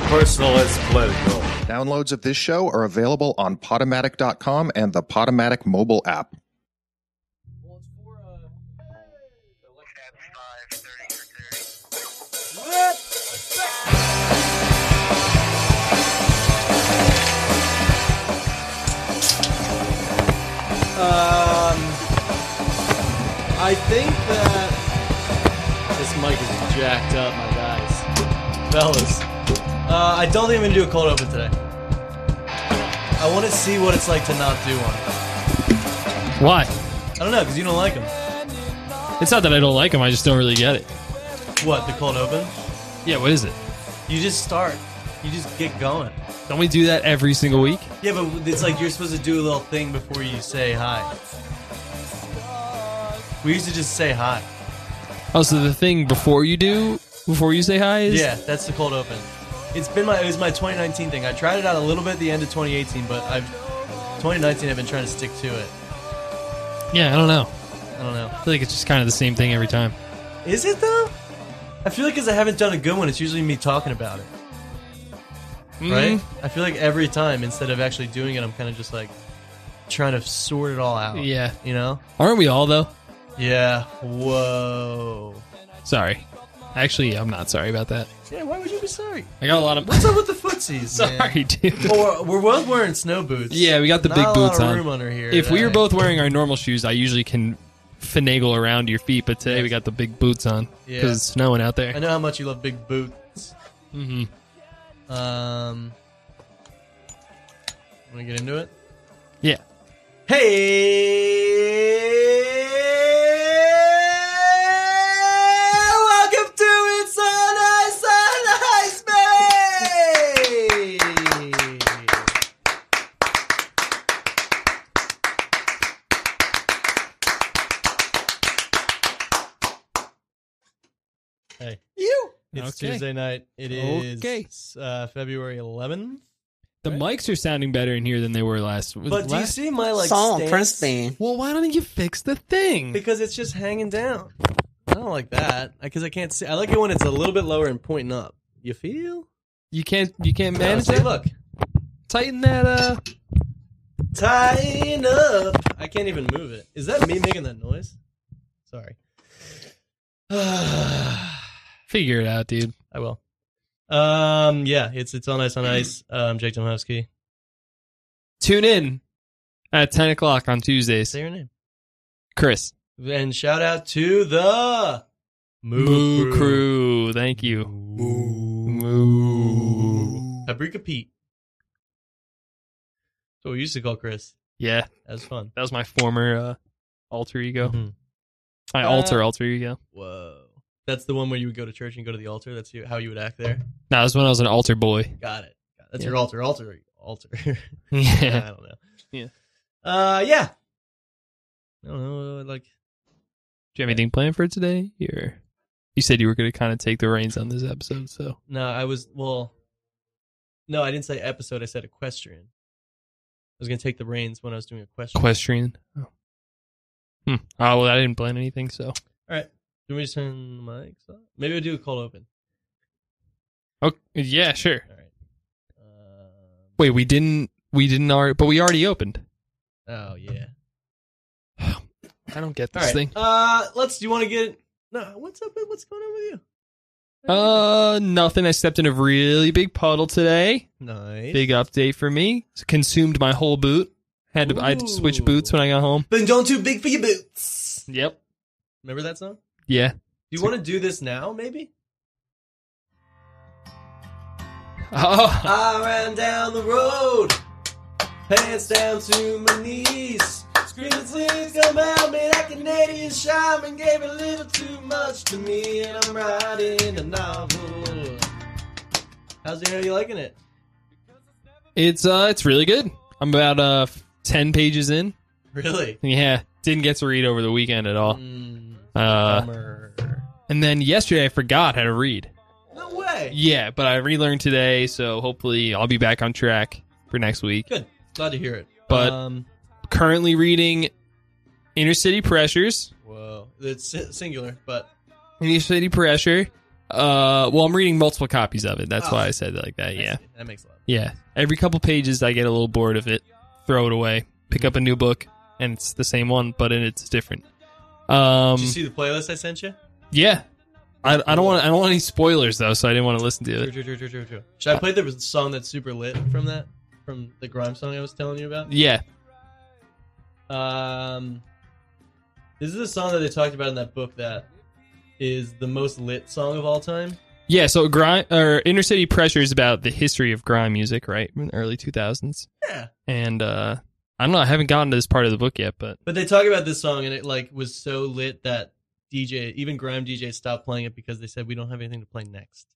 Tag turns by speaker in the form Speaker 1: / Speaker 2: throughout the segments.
Speaker 1: personal as political.
Speaker 2: Downloads of this show are available on Potomatic.com and the Potomatic mobile app.
Speaker 3: Um, I think that this mic is jacked up, my guys, fellas. Uh, I don't think I'm gonna do a cold open today. I want to see what it's like to not do one.
Speaker 4: Why?
Speaker 3: I don't know, cause you don't like them.
Speaker 4: It's not that I don't like him. I just don't really get it.
Speaker 3: What the cold open?
Speaker 4: Yeah, what is it?
Speaker 3: You just start. You just get going.
Speaker 4: Don't we do that every single week?
Speaker 3: Yeah, but it's like you're supposed to do a little thing before you say hi. We used to just say hi.
Speaker 4: Oh, so the thing before you do, before you say hi, is
Speaker 3: Yeah, that's the cold open. It's been my it was my 2019 thing. I tried it out a little bit at the end of 2018, but I've 2019 I've been trying to stick to it.
Speaker 4: yeah. I don't know.
Speaker 3: I don't know.
Speaker 4: I feel like it's just kind of the same thing every time.
Speaker 3: Is it though? I feel like because I haven't done a good one, it's usually me talking about it,
Speaker 4: Mm.
Speaker 3: right?
Speaker 4: Mm-hmm.
Speaker 3: I feel like every time instead of actually doing it, I'm kind of just like trying to sort it all out.
Speaker 4: Yeah.
Speaker 3: you know.
Speaker 4: Aren't we all though?
Speaker 3: Yeah. Whoa.
Speaker 4: Sorry. Actually, I'm not sorry about that.
Speaker 3: Yeah. Why would you be sorry?
Speaker 4: I got a lot of.
Speaker 3: What's up with the footsies? Man?
Speaker 4: sorry, dude.
Speaker 3: Or we're both wearing snow boots.
Speaker 4: Yeah, we got the
Speaker 3: Not
Speaker 4: big
Speaker 3: a lot
Speaker 4: boots
Speaker 3: of
Speaker 4: on.
Speaker 3: room under here.
Speaker 4: If we were
Speaker 3: today.
Speaker 4: both wearing our normal shoes, I usually can finagle around your feet, but today we got the big boots on
Speaker 3: Yeah.
Speaker 4: because it's snowing out
Speaker 3: I
Speaker 4: there.
Speaker 3: know how much you love big boots.
Speaker 4: Mhm.
Speaker 3: Um, want to get into it?
Speaker 4: Yeah.
Speaker 3: Hey, welcome to It's on Ice on Ice Bay. Hey, you. It's
Speaker 4: Okay.
Speaker 3: Tuesday night. It is
Speaker 4: Okay.
Speaker 3: uh, February 11th.
Speaker 4: The mics are sounding better in here than they were last. was
Speaker 3: But do you
Speaker 4: last-
Speaker 3: see my like
Speaker 5: Saul
Speaker 3: stance?
Speaker 5: Princeton.
Speaker 4: Well, why don't you fix the thing?
Speaker 3: because it's just hanging down. I don't like that because I can't see. I like it when it's a little bit lower and pointing up. You feel?
Speaker 4: You can't. You can't
Speaker 3: Oh,
Speaker 4: manage
Speaker 3: see,
Speaker 4: that.
Speaker 3: look,
Speaker 4: Tighten that. Uh.
Speaker 3: tying up. I can't even move it. Is that me making that noise? Sorry. I
Speaker 4: Figure it out, dude.
Speaker 3: will. Um. Yeah. It's it's on ice on ice. Um. Jake Domowski.
Speaker 4: Tune in at ten o'clock on Tuesdays.
Speaker 3: Say your name.
Speaker 4: Chris
Speaker 3: And shout out to the Moo,
Speaker 4: Moo Crew. Thank you. Moo.
Speaker 3: Paprika Pete. That's what we used to call Chris.
Speaker 4: Yeah,
Speaker 3: That was fun.
Speaker 4: that was my former uh, alter ego.
Speaker 3: Mhm.
Speaker 4: My
Speaker 3: Uh,
Speaker 4: alter alter ego.
Speaker 3: Whoa. That's the one where you would go to church and go to the altar. That's you, how you would act there.
Speaker 4: No, that was when I was an alter boy.
Speaker 3: Got it. Got it. That's
Speaker 4: Yeah.
Speaker 3: your altar, altar, altar.
Speaker 4: yeah.
Speaker 3: I don't know.
Speaker 4: Yeah.
Speaker 3: Uh, yeah. I don't know. uh, Like,
Speaker 4: Do you have anything planned for today? Or you said you were going to kind of take the reins on this episode, so
Speaker 3: no, I was well. No, I didn't say episode. I said equestrian. I was gonna take the reins when I was doing equestrian.
Speaker 4: equestrian. Oh. Hmm. Oh well, I didn't plan anything, so
Speaker 3: All right. Do we just turn the mics off? Maybe we'll do a cold open.
Speaker 4: okay. Oh, Yeah, sure.
Speaker 3: All Uh, right.
Speaker 4: Wait, we didn't. We didn't already, but we already opened.
Speaker 3: Um, oh yeah.
Speaker 4: I don't get
Speaker 3: All right.
Speaker 4: this thing.
Speaker 3: Uh, let's. Do you want to get? No. What's up? What's going on with you?
Speaker 4: Uh, nothing. I stepped in a really big puddle today.
Speaker 3: Nice.
Speaker 4: Big update for me. Consumed my whole boot. Had to, I had to switch boots when I got home.
Speaker 3: Then don't too big for your boots.
Speaker 4: Yep.
Speaker 3: Remember that song?
Speaker 4: Yeah.
Speaker 3: Do you want to do this now, maybe?
Speaker 4: Oh,
Speaker 3: I ran down the road, pants down to my knees. Screaming, please come help me. That Canadian shaman gave a little too much to me, and I'm writing a novel. How's the hair? You liking it?
Speaker 4: it's uh, it's really good. I'm about uh ten pages in.
Speaker 3: Really?
Speaker 4: Yeah. Didn't get to read over the weekend at all.
Speaker 3: Mm,
Speaker 4: Uh,
Speaker 3: bummer.
Speaker 4: and then yesterday I forgot how to read.
Speaker 3: No way.
Speaker 4: Yeah, but I relearned today, so hopefully I'll be back on track for next week.
Speaker 3: Good. Glad to hear it.
Speaker 4: But-
Speaker 3: um,
Speaker 4: Currently reading Inner City Pressures.
Speaker 3: whoa, it's si- singular, but
Speaker 4: Inner City Pressure. Uh, well, I'm reading multiple copies of it. That's why I said it like that.
Speaker 3: Ah. I
Speaker 4: Yeah,
Speaker 3: see. That makes a lot.
Speaker 4: yeah. Every couple pages, I get a little bored of it. Throw it away. Pick up a new book, and it's the same one, but it- it's different. Um,
Speaker 3: Did you see the playlist I sent you?
Speaker 4: yeah. I, I don't want I don't want any spoilers though, so I didn't want to listen to
Speaker 3: True,
Speaker 4: it.
Speaker 3: true, true, true, true, true. Should I play the song that's super lit from that? From the grime song I was telling you about?
Speaker 4: Yeah,
Speaker 3: Um, this is a song that they talked about in that book that is the most lit song of all time.
Speaker 4: yeah. So grime or inner city pressure is about the history of grime music, right? From the early 2000s.
Speaker 3: Yeah.
Speaker 4: And uh, I don't know. I haven't gotten to this part of the book yet, but
Speaker 3: But they talk about this song and it like was so lit that DJ, even grime DJ, stopped playing it because they said we don't have anything to play next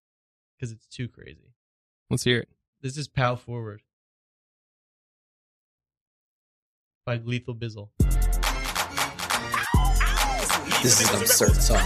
Speaker 3: because it's too crazy.
Speaker 4: let's hear it.
Speaker 3: This is Pow Forward by Lethal Bizzle.
Speaker 6: This is an absurd song.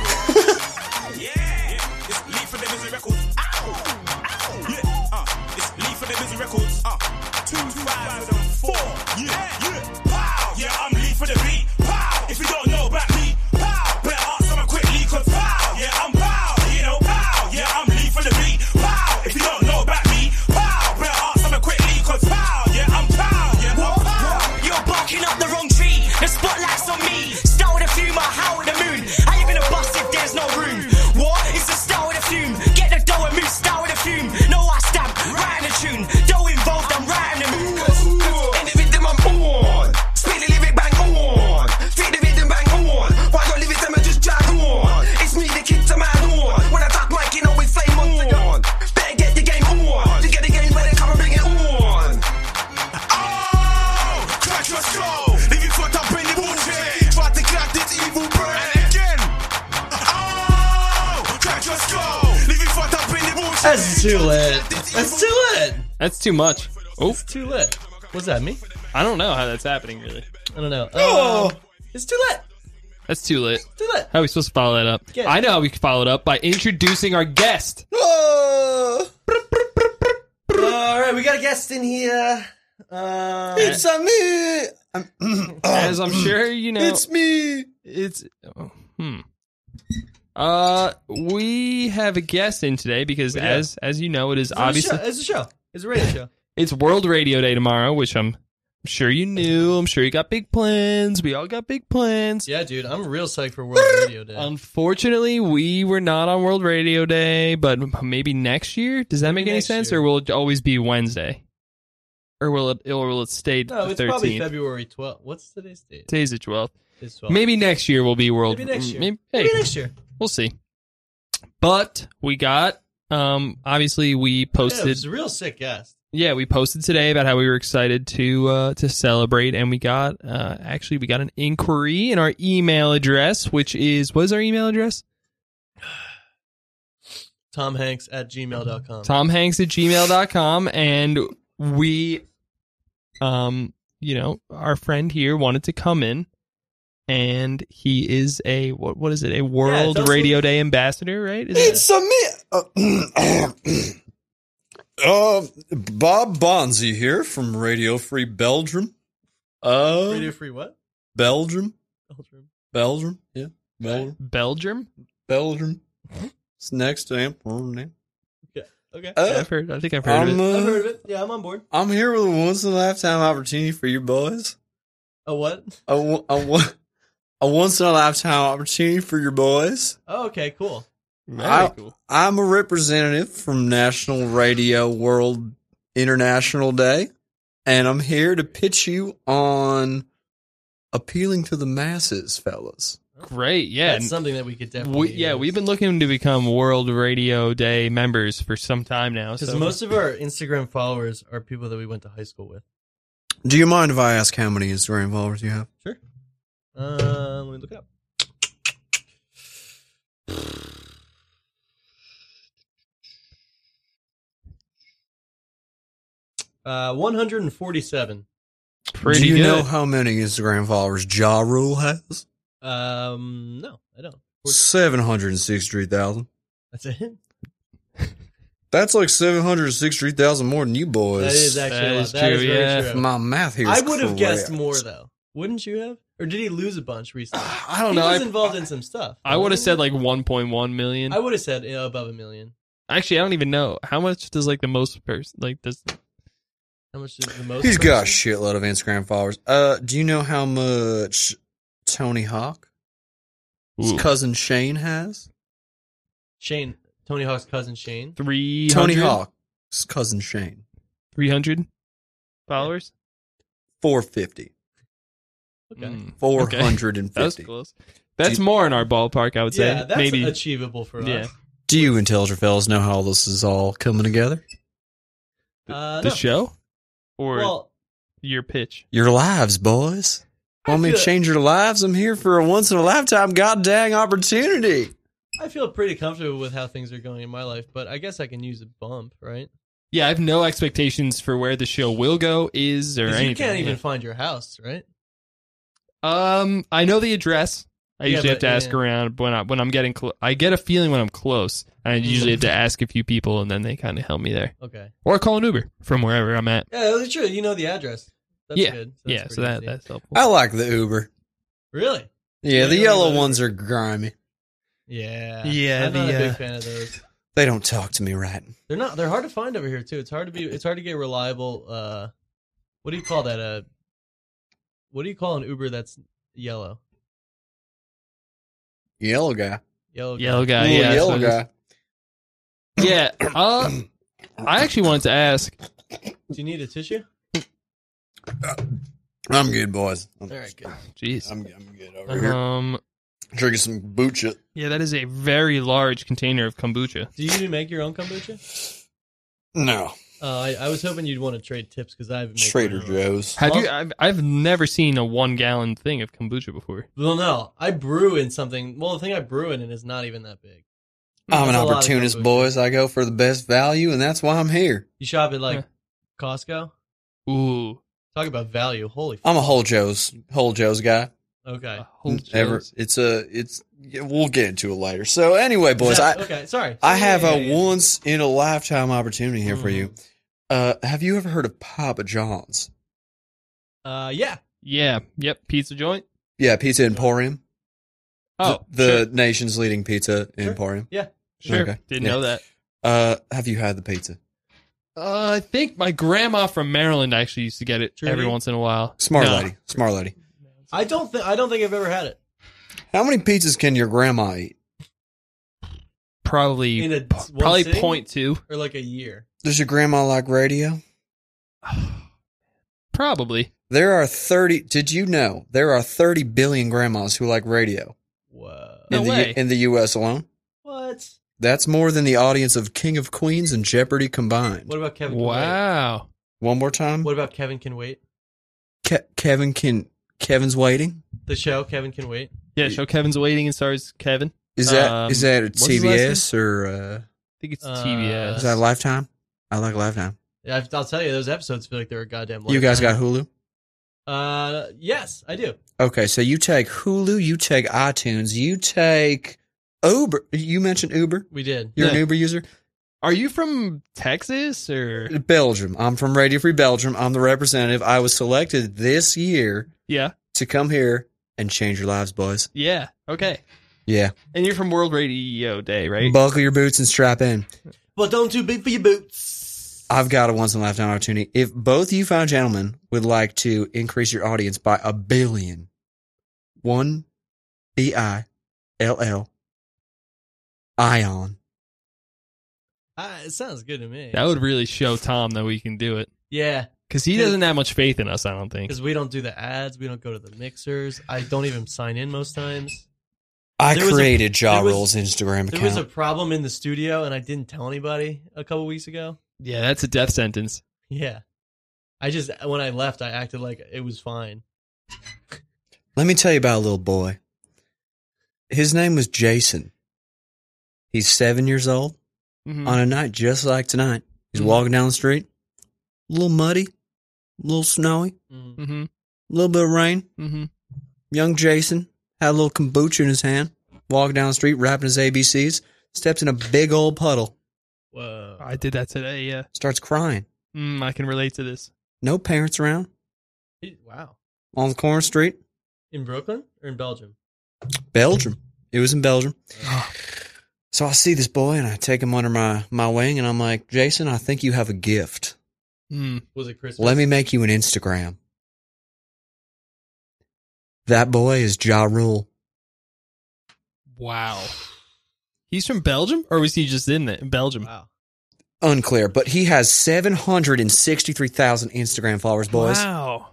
Speaker 6: yeah, it's Lee for the Busy Records. Ow, ow, yeah, uh, it's Lee for the Busy Records. Uh, two, five, and four. Yeah, yeah, pow. Yeah, I'm Lee for the beat. Pow. If you don't know about me, pow. Better ask someone quickly, cause pow. Yeah, I'm pow. You know, pow. Yeah, I'm Lee for the beat. Pow. If you don't know about me, pow. Better ask someone quickly, cause pow. Yeah, I'm pow. Yeah, I'm pow.
Speaker 7: You're barking up the wrong tree. The spotlight's on me. Star with a fume, I howl with the moon. How you gonna bust if there's no room? What? It's the star with a fume. Get the dough and move, star with a fume. No, I stamp, right in the tune. Dough involved, I'm right in the mood.
Speaker 8: In the rhythm I'm on. Spit the lyric bang on. Take the rhythm bang on. Why don't leave it to me just drag on? It's me the kid to man on. When I talk like you know it's flame on. Better get the game on. To get the game ready, come and bring it on.
Speaker 6: Oh, crack your skull. Leave you fucked up in the bullshit. Try to crack this evil brain. And again. Oh, crack your skull. Leave you fucked up in the bullshit.
Speaker 3: That's too lit. That's too lit.
Speaker 4: That's too much. Oh,
Speaker 3: It's too lit. What's that, me?
Speaker 4: I don't know how that's happening. Really,
Speaker 3: I don't know. Oh, it's too lit.
Speaker 4: that's too lit.
Speaker 3: Too lit.
Speaker 4: How are we supposed to follow that up?
Speaker 3: Good.
Speaker 4: I know how we can follow it up by introducing our guest.
Speaker 9: Oh.
Speaker 3: All right, we got a guest in here. Uh,
Speaker 9: It's a me. I'm-
Speaker 4: As I'm sure you know,
Speaker 9: it's me.
Speaker 4: it's oh, hmm. Uh, we have a guest in today because,
Speaker 3: We do.
Speaker 4: as as you know, it is obviously
Speaker 3: it's a show. It's a radio show.
Speaker 4: it's World Radio Day tomorrow, which I'm sure you knew. I'm sure you got big plans. We all got big plans.
Speaker 3: Yeah, dude, I'm real psyched for World Radio Day.
Speaker 4: Unfortunately, we were not on World Radio Day, but maybe next year. Does that
Speaker 3: Maybe
Speaker 4: make any
Speaker 3: next
Speaker 4: sense,
Speaker 3: year.
Speaker 4: or will it always be Wednesday, or will it or will it stay
Speaker 3: no,
Speaker 4: the
Speaker 3: it's probably
Speaker 4: thirteenth?
Speaker 3: February 12th. What's today's date?
Speaker 4: Today's the twelfth.
Speaker 3: It's 12th.
Speaker 4: Maybe next year will be World.
Speaker 3: Maybe next year.
Speaker 4: Maybe, hey,
Speaker 3: Maybe next year.
Speaker 4: we'll see. But we got. Um, obviously, we
Speaker 3: Yeah,
Speaker 4: posted.
Speaker 3: it's a real sick guest.
Speaker 4: Yeah, we posted today about how we were excited to uh, to celebrate, and we got uh, actually we got an inquiry in our email address, which is what is our email address?
Speaker 3: Tom Hanks at gmail.com.
Speaker 4: Tom Hanks at gmail.com and we um you know, our friend here wanted to come in and he is a what what is it? A World
Speaker 3: also-
Speaker 4: Radio Day ambassador, right? Is it-
Speaker 9: It's a me. Uh, uh, Bob Bonzi here from Radio Free Belgium. Uh,
Speaker 3: Radio Free what?
Speaker 9: Belgium,
Speaker 3: Belgium.
Speaker 9: Belgium, yeah, Belgium,
Speaker 4: Belgium?
Speaker 9: Belgium. It's next to Amsterdam.
Speaker 3: Okay.
Speaker 9: Uh,
Speaker 4: Yeah, I've heard, I think I've heard of
Speaker 9: I'm,
Speaker 4: it.
Speaker 3: I've heard
Speaker 9: uh,
Speaker 3: of it. Yeah, I'm on board.
Speaker 9: I'm here with a once in a lifetime opportunity for you boys.
Speaker 3: Oh, what?
Speaker 9: A, wo- a, wo- a once in a lifetime opportunity for your boys.
Speaker 3: Oh, okay, cool.
Speaker 9: I- I'm a representative from National Radio World International Day, and I'm here to pitch you on appealing to the masses, fellas.
Speaker 4: Great, yeah.
Speaker 3: That's something that we could definitely.
Speaker 4: We, yeah, we've been looking to become World Radio Day members for some time now.
Speaker 3: Because
Speaker 4: So
Speaker 3: most of our Instagram followers are people that we went to high school with.
Speaker 9: Do you mind if I ask how many Instagram followers you have?
Speaker 3: Uh, let me look it up. Uh, 147.
Speaker 4: pretty
Speaker 9: Do you
Speaker 4: good.
Speaker 9: know how many Instagram followers Ja Rule has?
Speaker 3: Um, no, I don't. Four-
Speaker 9: 763,000.
Speaker 3: That's it.
Speaker 9: That's like 763,000 more than you boys.
Speaker 3: That is actually a
Speaker 4: That
Speaker 3: lot.
Speaker 4: is
Speaker 3: That is
Speaker 4: true,
Speaker 3: very
Speaker 4: yeah.
Speaker 3: true.
Speaker 9: My math here is
Speaker 3: I would have guessed
Speaker 9: correct.
Speaker 3: more though. Wouldn't you have? or did he lose a bunch recently?
Speaker 9: I don't
Speaker 3: he
Speaker 9: know.
Speaker 3: was
Speaker 9: I-
Speaker 3: involved in some stuff.
Speaker 4: I would have said like 1.1 million.
Speaker 3: I would have said you know, above a million.
Speaker 4: Actually, I don't even know how much does like the most person like does.
Speaker 3: How much is the most?
Speaker 9: He's got a
Speaker 3: person?
Speaker 9: shitload of Instagram followers. Uh, do you know how much Tony Hawk, his
Speaker 4: Ooh,
Speaker 9: cousin Shane, has?
Speaker 3: Shane, Tony Hawk's cousin Shane.
Speaker 4: 300,
Speaker 9: Tony Hawk, his cousin Shane,
Speaker 4: 300 followers.
Speaker 9: four fifty,
Speaker 3: Okay.
Speaker 4: Mm,
Speaker 9: four hundred and
Speaker 4: that was
Speaker 9: fifty.
Speaker 4: close. That's more in our ballpark, I would say.
Speaker 3: Yeah, that's
Speaker 4: Maybe
Speaker 3: achievable for us.
Speaker 4: Yeah.
Speaker 9: Do you intelligent fellas know how this is all coming together?
Speaker 3: Uh,
Speaker 4: the
Speaker 3: no.
Speaker 4: show or
Speaker 3: Well,
Speaker 4: your pitch.
Speaker 9: Your lives, boys.
Speaker 3: I
Speaker 9: Want me to
Speaker 3: feel-
Speaker 9: change your lives? I'm here for a once in a lifetime god dang opportunity.
Speaker 3: I feel pretty comfortable with how things are going in my life, but I guess I can use a bump, right?
Speaker 4: Yeah, I have no expectations for where the show will go, is or
Speaker 3: 'Cause
Speaker 4: anything.
Speaker 3: you can't even
Speaker 4: yeah.
Speaker 3: find your house, right?
Speaker 4: Um, I know the address. I
Speaker 3: Yeah,
Speaker 4: usually have
Speaker 3: but-
Speaker 4: to ask
Speaker 3: yeah.
Speaker 4: around when I when I'm getting close. I get a feeling when I'm close. I usually have to ask a few people, and then they kind of help me there,
Speaker 3: Okay.
Speaker 4: or call an Uber from wherever I'm at.
Speaker 3: Yeah, that's true. You know the address. That's
Speaker 4: Yeah,
Speaker 3: good.
Speaker 4: yeah,
Speaker 3: that's
Speaker 4: so
Speaker 3: pretty
Speaker 4: that
Speaker 3: easy.
Speaker 4: that's helpful.
Speaker 9: I like the Uber.
Speaker 3: really.
Speaker 9: Yeah, the
Speaker 3: Yeah,
Speaker 9: yellow
Speaker 3: Uber.
Speaker 9: ones are grimy.
Speaker 3: Yeah.
Speaker 4: Yeah,
Speaker 3: I'm not
Speaker 4: the,
Speaker 3: a big
Speaker 4: uh,
Speaker 3: fan of those.
Speaker 9: They don't talk to me right.
Speaker 3: They're not. They're hard to find over here too. It's hard to be. It's hard to get reliable. Uh, what do you call that? Uh, what do you call an Uber that's yellow?
Speaker 9: Yellow guy.
Speaker 3: Yellow.
Speaker 4: Yellow guy,
Speaker 9: Ooh,
Speaker 4: yeah, so
Speaker 9: yellow guy.
Speaker 4: just- yeah. Uh, I actually wanted to ask.
Speaker 3: Do you need a tissue?
Speaker 9: I'm good, boys. I'm,
Speaker 3: All right. Good.
Speaker 4: Jeez.
Speaker 9: I'm, I'm good over
Speaker 3: Uh-huh.
Speaker 9: here.
Speaker 4: Um.
Speaker 9: Drinking some kombucha.
Speaker 4: Yeah, that is a very large container of kombucha.
Speaker 3: Do you make your own kombucha?
Speaker 9: No,
Speaker 3: Uh, I, I was hoping you'd want to trade tips because I haven't. made
Speaker 9: Trader
Speaker 3: mine.
Speaker 9: Joe's.
Speaker 4: Have you? I've, I've never seen a one gallon thing of kombucha before.
Speaker 3: Well, no, I brew in something. Well, the thing I brew in it is not even that big.
Speaker 9: I'm an
Speaker 3: That's a lot of
Speaker 9: opportunist,
Speaker 3: kombucha.
Speaker 9: boys. I go for the best value, and that's why I'm here.
Speaker 3: You shop at like
Speaker 4: Yeah.
Speaker 3: Costco.
Speaker 4: Ooh.
Speaker 3: Talk about value. Holy. F-
Speaker 4: Oh.
Speaker 9: I'm a whole Joe's, whole Joe's guy.
Speaker 3: okay.
Speaker 4: Whole
Speaker 9: Ever,
Speaker 4: Joe's.
Speaker 9: it's a, it's. yeah, We'll get into it later. So anyway, boys,
Speaker 3: Yeah,
Speaker 9: I,
Speaker 3: okay. Sorry.
Speaker 9: I have
Speaker 3: Yeah,
Speaker 9: a
Speaker 3: yeah, yeah.
Speaker 9: once in a lifetime opportunity here for
Speaker 3: Mhm.
Speaker 9: you. Uh, have you ever heard of Papa John's?
Speaker 3: Uh, yeah.
Speaker 4: Yeah. Yep. Pizza joint.
Speaker 9: Yeah, Pizza Emporium.
Speaker 4: Oh,
Speaker 9: the, the nation's leading pizza
Speaker 3: Sure.
Speaker 9: emporium.
Speaker 4: sure. sure.
Speaker 9: okay.
Speaker 4: Didn't
Speaker 9: Yeah.
Speaker 4: know that.
Speaker 9: Uh, have you had the pizza?
Speaker 4: Uh, I think my grandma from Maryland actually used to get it
Speaker 3: Trudy?
Speaker 4: every once in a while.
Speaker 9: Smart
Speaker 4: No.
Speaker 9: lady, smart lady.
Speaker 3: I don't think I don't think I've ever had it.
Speaker 9: How many pizzas can your grandma eat?
Speaker 4: Probably,
Speaker 3: In a-
Speaker 4: p-
Speaker 3: one
Speaker 4: probably
Speaker 3: sitting?
Speaker 4: point two.
Speaker 3: Or like a year.
Speaker 9: Does your grandma like radio?
Speaker 4: Probably.
Speaker 9: There are 30. Did you know there are 30 billion grandmas who like radio
Speaker 3: Whoa.
Speaker 4: No
Speaker 9: in, the,
Speaker 4: way.
Speaker 9: in the U.S. alone?
Speaker 3: What?
Speaker 9: That's more than the audience of King of Queens and Jeopardy combined.
Speaker 3: What about Kevin? Can
Speaker 4: Wow.
Speaker 9: One more time.
Speaker 3: wait? What about Kevin Can Wait?
Speaker 9: Ke- Kevin can. Kevin's waiting.
Speaker 3: The show Kevin Can Wait.
Speaker 4: Yeah. Show Kevin's waiting and stars Kevin. I
Speaker 9: Is that is
Speaker 4: Um,
Speaker 9: that a
Speaker 4: what's his last
Speaker 9: TBS or uh,
Speaker 4: think it's
Speaker 3: Uh,
Speaker 9: is
Speaker 4: TBS.
Speaker 9: that Lifetime? I like Lifetime.
Speaker 3: Yeah, I've- I'll tell you, those episodes feel like they're a goddamn.
Speaker 9: You guys got
Speaker 3: lifetime.
Speaker 9: Hulu?
Speaker 3: Uh, yes, I do.
Speaker 9: Okay, so you take Hulu, you take iTunes, you take Uber. You mentioned Uber.
Speaker 3: We did.
Speaker 9: You're an
Speaker 4: Yeah.
Speaker 9: Uber user.
Speaker 4: Are you from Texas or?
Speaker 9: Belgium. I'm from Radio Free Belgium. I'm the representative. I was selected this year
Speaker 4: Yeah.
Speaker 9: to come here and change your lives, boys.
Speaker 4: Yeah. Okay.
Speaker 9: Yeah.
Speaker 4: And you're from World Radio Day, right?
Speaker 9: Buckle your boots and strap in.
Speaker 3: But don't too big for your boots.
Speaker 9: I've got a once in a lifetime opportunity. If both you fine gentlemen would like to increase your audience by a billion, one B I L L ion.
Speaker 3: Ah, it sounds good to me.
Speaker 4: that would really show Tom that we can do it
Speaker 3: yeah,
Speaker 4: because he doesn't have much faith in us. I don't think.
Speaker 3: because we don't do the ads. We don't go to the mixers. I don't even sign in most times.
Speaker 9: I
Speaker 3: There was a-
Speaker 9: created Ja
Speaker 3: there was-
Speaker 9: Rule's Instagram
Speaker 3: There was a
Speaker 9: account.
Speaker 3: problem in the studio, and I didn't tell anybody a couple weeks ago.
Speaker 4: Yeah, that's a death sentence.
Speaker 3: Yeah, I just when I left, I acted like it was fine.
Speaker 9: Let me tell you about a little boy. His name was Jason. He's seven years old.
Speaker 4: Mhm.
Speaker 9: on a night just like tonight. He's
Speaker 4: Mhm.
Speaker 9: walking down the street, a little muddy, a little snowy,
Speaker 3: Mm.
Speaker 4: Mhm.
Speaker 9: a little bit of rain.
Speaker 4: Mhm.
Speaker 9: Young Jason had a little kombucha in his hand, walking down the street, rapping his ABCs, steps in a big old puddle,
Speaker 3: Whoa.
Speaker 4: I did that today. Yeah.
Speaker 9: starts crying.
Speaker 4: Mm, I can relate to this.
Speaker 9: No parents around
Speaker 3: Wow.
Speaker 9: on the corner street.
Speaker 3: in Brooklyn or in Belgium?
Speaker 9: Belgium. It was in Belgium. So I see this boy and I take him under my, my wing and I'm like, Jason, I think you have a gift.
Speaker 4: Mm.
Speaker 3: Was it Christmas?
Speaker 9: Let me make you an Instagram. That boy is Ja Rule.
Speaker 4: Wow. He's from Belgium, or was he just in the, Belgium?
Speaker 3: Wow.
Speaker 9: Unclear, but he has 763,000 Instagram followers, boys.
Speaker 4: Wow.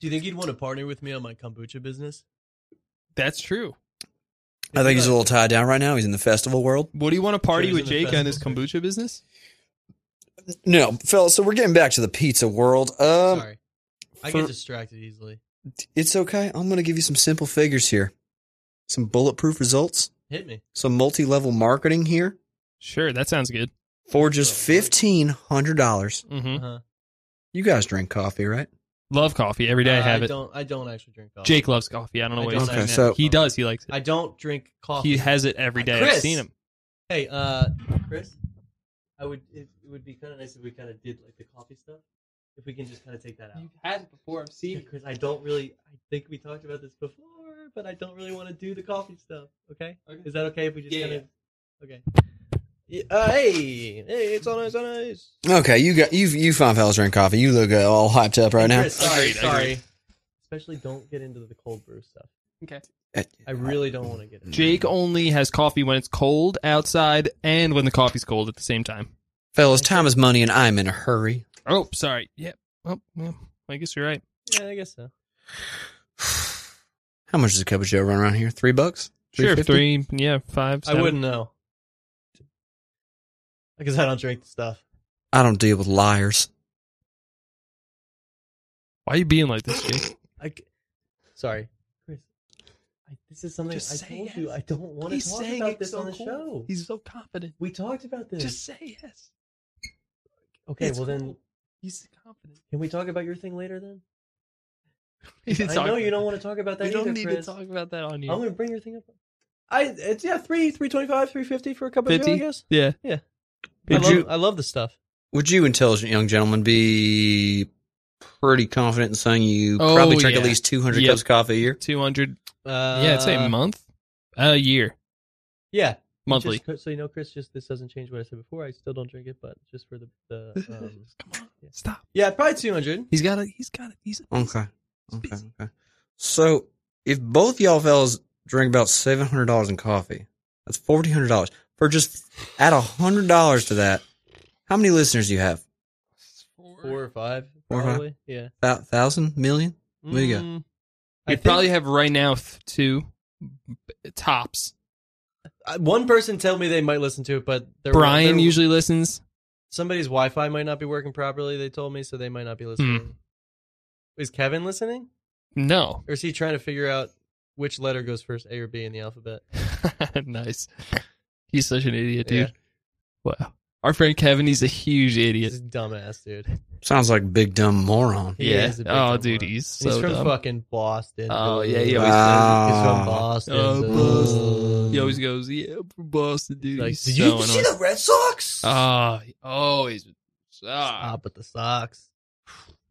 Speaker 3: Do you think you'd want to partner with me on my kombucha business?
Speaker 4: That's true.
Speaker 9: I think he's a
Speaker 3: Like,
Speaker 9: little tied down right now. He's in the festival world.
Speaker 4: What do you want to party
Speaker 3: Sure,
Speaker 4: with
Speaker 3: he's in the
Speaker 4: Jake on his
Speaker 3: festival,
Speaker 4: kombucha business?
Speaker 9: No, fellas, so we're getting back to the pizza world. Um,
Speaker 3: Sorry, I
Speaker 9: for-
Speaker 3: get distracted easily.
Speaker 9: It's okay. I'm going to give you some simple figures here. Some bulletproof results,
Speaker 3: Hit me.
Speaker 9: some multi level marketing here
Speaker 4: Sure, that sounds good.
Speaker 9: for just
Speaker 3: Oh,
Speaker 9: $1,500.
Speaker 4: Mm-hmm.
Speaker 3: Uh-huh.
Speaker 9: You guys drink coffee, right?
Speaker 4: Love coffee every day. I
Speaker 3: Uh,
Speaker 4: have it.
Speaker 3: don't. I don't actually drink coffee.
Speaker 4: Jake loves coffee. Oh. I don't know
Speaker 3: I
Speaker 4: what
Speaker 3: don't
Speaker 4: he's
Speaker 9: Okay,
Speaker 4: saying.
Speaker 9: so-
Speaker 4: he does. He likes it.
Speaker 3: I don't drink coffee.
Speaker 4: He has it every day. I've
Speaker 3: Chris!
Speaker 4: seen him.
Speaker 3: Hey, uh, Chris, I would. It, it would be kind of nice if we kind of did like the coffee stuff. If we can just kind of take that out.
Speaker 4: had it before. I've
Speaker 3: Yeah, Chris, I don't really. I think we talked about this before, but I don't really want to do the coffee stuff. Okay, is that okay if we just
Speaker 4: Yeah,
Speaker 3: kind of? Okay. Yeah, uh, hey, hey, it's on us, on us.
Speaker 9: Okay, you got you you fine fellas drink coffee. You look uh, all hyped up right now.
Speaker 3: Chris, sorry,
Speaker 4: Agreed,
Speaker 3: sorry. Especially don't get into the cold brew stuff.
Speaker 9: Uh,
Speaker 3: I really don't want to get into.
Speaker 4: Jake only has coffee when it's cold outside and when the coffee's cold at the same time.
Speaker 9: Fellas, time is money, and I'm in a hurry.
Speaker 4: Oh, sorry. Yep. Oh, yeah. I guess you're right.
Speaker 3: it. Yeah, I guess so.
Speaker 9: How much does a cup of Joe run around here? Three bucks?
Speaker 4: Sure.
Speaker 9: 350?
Speaker 4: Three. Yeah. Five.
Speaker 3: I
Speaker 4: seven.
Speaker 3: wouldn't know because I don't drink the stuff.
Speaker 9: I don't deal with liars.
Speaker 4: Why are you being like this, Jake?
Speaker 3: I, c- sorry, Chris. I, this is something
Speaker 4: Just
Speaker 3: I
Speaker 4: say
Speaker 3: told
Speaker 4: yes.
Speaker 3: you I don't want to talk about this on the show.
Speaker 4: He's so confident.
Speaker 3: we talked about this.
Speaker 4: Just say yes.
Speaker 3: okay,
Speaker 4: it's
Speaker 3: well then,
Speaker 4: cool. He's confident.
Speaker 3: can we talk about your thing later then?
Speaker 4: He's
Speaker 3: I know you don't want to talk about that.
Speaker 4: We don't
Speaker 3: either,
Speaker 4: need
Speaker 3: Chris.
Speaker 4: to talk about that on you.
Speaker 3: I'm gonna bring your thing up. I it's yeah three three twenty five three fifty for a cup of Joe, I
Speaker 4: 50?
Speaker 3: guess.
Speaker 4: yeah.
Speaker 3: I
Speaker 9: Would
Speaker 3: love,
Speaker 9: you-
Speaker 3: I love the stuff.
Speaker 9: Would you, intelligent young gentleman, be pretty confident in saying you
Speaker 4: Oh,
Speaker 9: probably drink at
Speaker 4: yeah.
Speaker 9: least 200
Speaker 4: Yep.
Speaker 9: cups of coffee a year?
Speaker 4: 200.
Speaker 3: Uh,
Speaker 4: yeah. It's a month. A year.
Speaker 3: Yeah,
Speaker 4: Monthly.
Speaker 3: Just so you know, Chris, just this doesn't change what I said before. I still don't drink it, but just for the the um,
Speaker 4: Come on. Stop.
Speaker 3: yeah, probably two hundred.
Speaker 4: He's got it. He's got it. He's
Speaker 9: Okay. Okay.
Speaker 4: Busy.
Speaker 9: Okay. So if both y'all fellas drink about seven hundred dollars in coffee, that's forty hundred dollars. For just add a hundred dollars to that, how many listeners do you have?
Speaker 3: Four or five,
Speaker 9: Four or five.
Speaker 3: probably. Yeah.
Speaker 9: About thousand million? What do you got?
Speaker 3: Mm, I
Speaker 4: You
Speaker 3: think-
Speaker 4: probably have right now th- two b- tops.
Speaker 3: Uh, one person told me they might listen to it, but they're,
Speaker 4: Brian
Speaker 3: they're-
Speaker 4: usually listens.
Speaker 3: somebody's Wi-Fi might not be working properly. They told me, so they might not
Speaker 4: Hmm.
Speaker 3: be listening. Is Kevin listening,
Speaker 4: No.
Speaker 3: or is he trying to figure out which letter goes first, A or B in the alphabet?
Speaker 4: nice. He's such an idiot, dude. Wow. Our friend Kevin, he's a huge
Speaker 3: He's a
Speaker 4: idiot.
Speaker 3: dumbass, dude.
Speaker 9: Sounds like big dumb moron.
Speaker 3: He
Speaker 4: yeah.
Speaker 3: is a big
Speaker 4: Oh,
Speaker 3: dumbass.
Speaker 4: dude, he's
Speaker 3: And
Speaker 4: so
Speaker 3: he's from
Speaker 4: dumb.
Speaker 3: fucking Boston.
Speaker 4: Oh,
Speaker 3: dude.
Speaker 4: yeah, he always
Speaker 9: Wow.
Speaker 3: He's from Boston.
Speaker 4: Oh,
Speaker 3: dude.
Speaker 4: Boston. He always goes, "Yeah, I'm from Boston, dude."
Speaker 3: Mm. Like,
Speaker 4: He's
Speaker 3: did
Speaker 4: so
Speaker 3: you
Speaker 4: annoying.
Speaker 3: see the Red Sox?
Speaker 4: Ah, he always. Ah,
Speaker 3: Stop with the socks.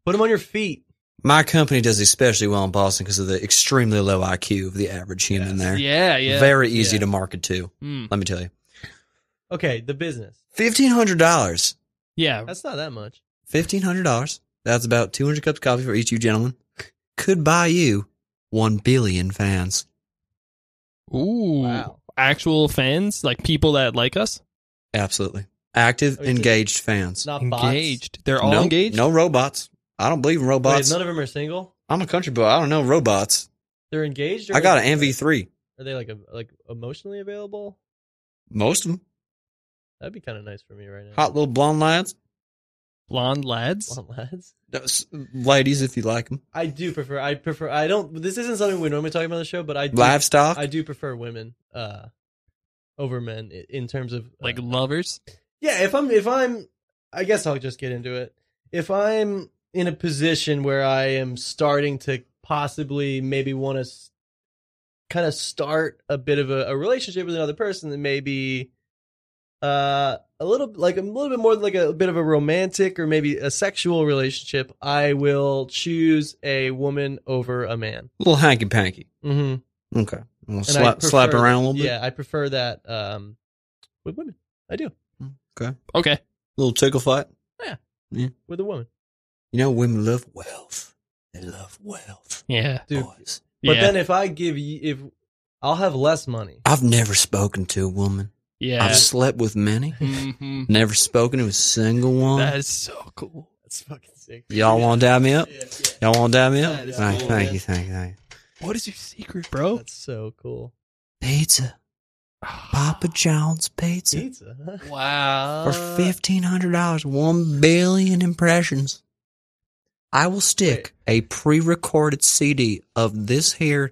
Speaker 3: Put him on your feet.
Speaker 9: My company does especially well in Boston because of the extremely low IQ of the average human there.
Speaker 4: yeah, yeah.
Speaker 9: Very easy
Speaker 3: Yeah.
Speaker 9: to market to.
Speaker 4: Mm.
Speaker 9: Let me tell you,
Speaker 3: Okay, the business.
Speaker 9: fifteen hundred dollars.
Speaker 4: Yeah,
Speaker 3: That's not that much.
Speaker 9: fifteen hundred dollars. That's about two hundred cups of coffee for each of you gentlemen. Could buy you one billion fans.
Speaker 4: Ooh.
Speaker 3: Wow.
Speaker 4: Actual fans, like people that like us,
Speaker 9: Absolutely. Active,
Speaker 3: Oh, it's-
Speaker 9: engaged fans.
Speaker 3: Not bots.
Speaker 4: engaged. They're all
Speaker 9: no,
Speaker 4: engaged.
Speaker 9: No robots. I don't believe in
Speaker 3: Wait,
Speaker 9: robots.
Speaker 3: none of them are single.
Speaker 9: I'm a country boy. I don't know robots.
Speaker 3: They're engaged. or-
Speaker 9: I got an MV3.
Speaker 3: Are they like a, like emotionally available?
Speaker 9: Most of them.
Speaker 3: That'd be kind of nice for me right now.
Speaker 9: Hot little blonde lads.
Speaker 4: blonde lads.
Speaker 3: Blonde lads.
Speaker 9: Those- Ladies, if you like them.
Speaker 3: I do prefer. I prefer. I don't. This isn't something we normally talk about on the show, but I do,
Speaker 9: Livestock.
Speaker 3: I do prefer women uh, over men i- in terms of uh,
Speaker 4: like lovers.
Speaker 3: yeah. If I'm if I'm, I guess I'll just get into it. If I'm in a position where I am starting to possibly maybe want to s- kind of start a bit of a, a relationship with another person, then maybe uh, a little like a little bit more than like a, bit of a romantic or maybe a sexual relationship, I will choose a woman over a man.
Speaker 9: little hanky panky.
Speaker 3: Mm-hmm.
Speaker 9: Okay. A
Speaker 3: And
Speaker 9: little
Speaker 3: I
Speaker 9: slap, slap
Speaker 3: prefer-
Speaker 9: around a little bit.
Speaker 3: Yeah, I prefer that um, with women. I do
Speaker 4: Okay.
Speaker 9: little tickle fight.
Speaker 3: with a woman,
Speaker 9: You know, women love wealth. They love wealth.
Speaker 4: Yeah.
Speaker 3: dude.
Speaker 9: Boys.
Speaker 3: But
Speaker 4: yeah.
Speaker 3: then if I give you, if I'll have less money.
Speaker 9: I've never spoken to a woman.
Speaker 4: yeah.
Speaker 9: I've slept with many.
Speaker 4: hmm
Speaker 9: Never spoken to a single one.
Speaker 4: That is so cool.
Speaker 3: That's fucking sick.
Speaker 9: Y'all want to dab me up? Y'all want to dab me up?
Speaker 3: That is
Speaker 9: All right,
Speaker 3: cool,
Speaker 9: thank
Speaker 3: man.
Speaker 9: you, thank you, thank you.
Speaker 4: What is your secret, bro?
Speaker 3: That's so cool.
Speaker 9: Pizza. Papa John's Pizza.
Speaker 3: Pizza. Huh?
Speaker 4: Wow.
Speaker 9: for fifteen hundred dollars, one billion impressions. I will stick a pre-recorded CD of this here.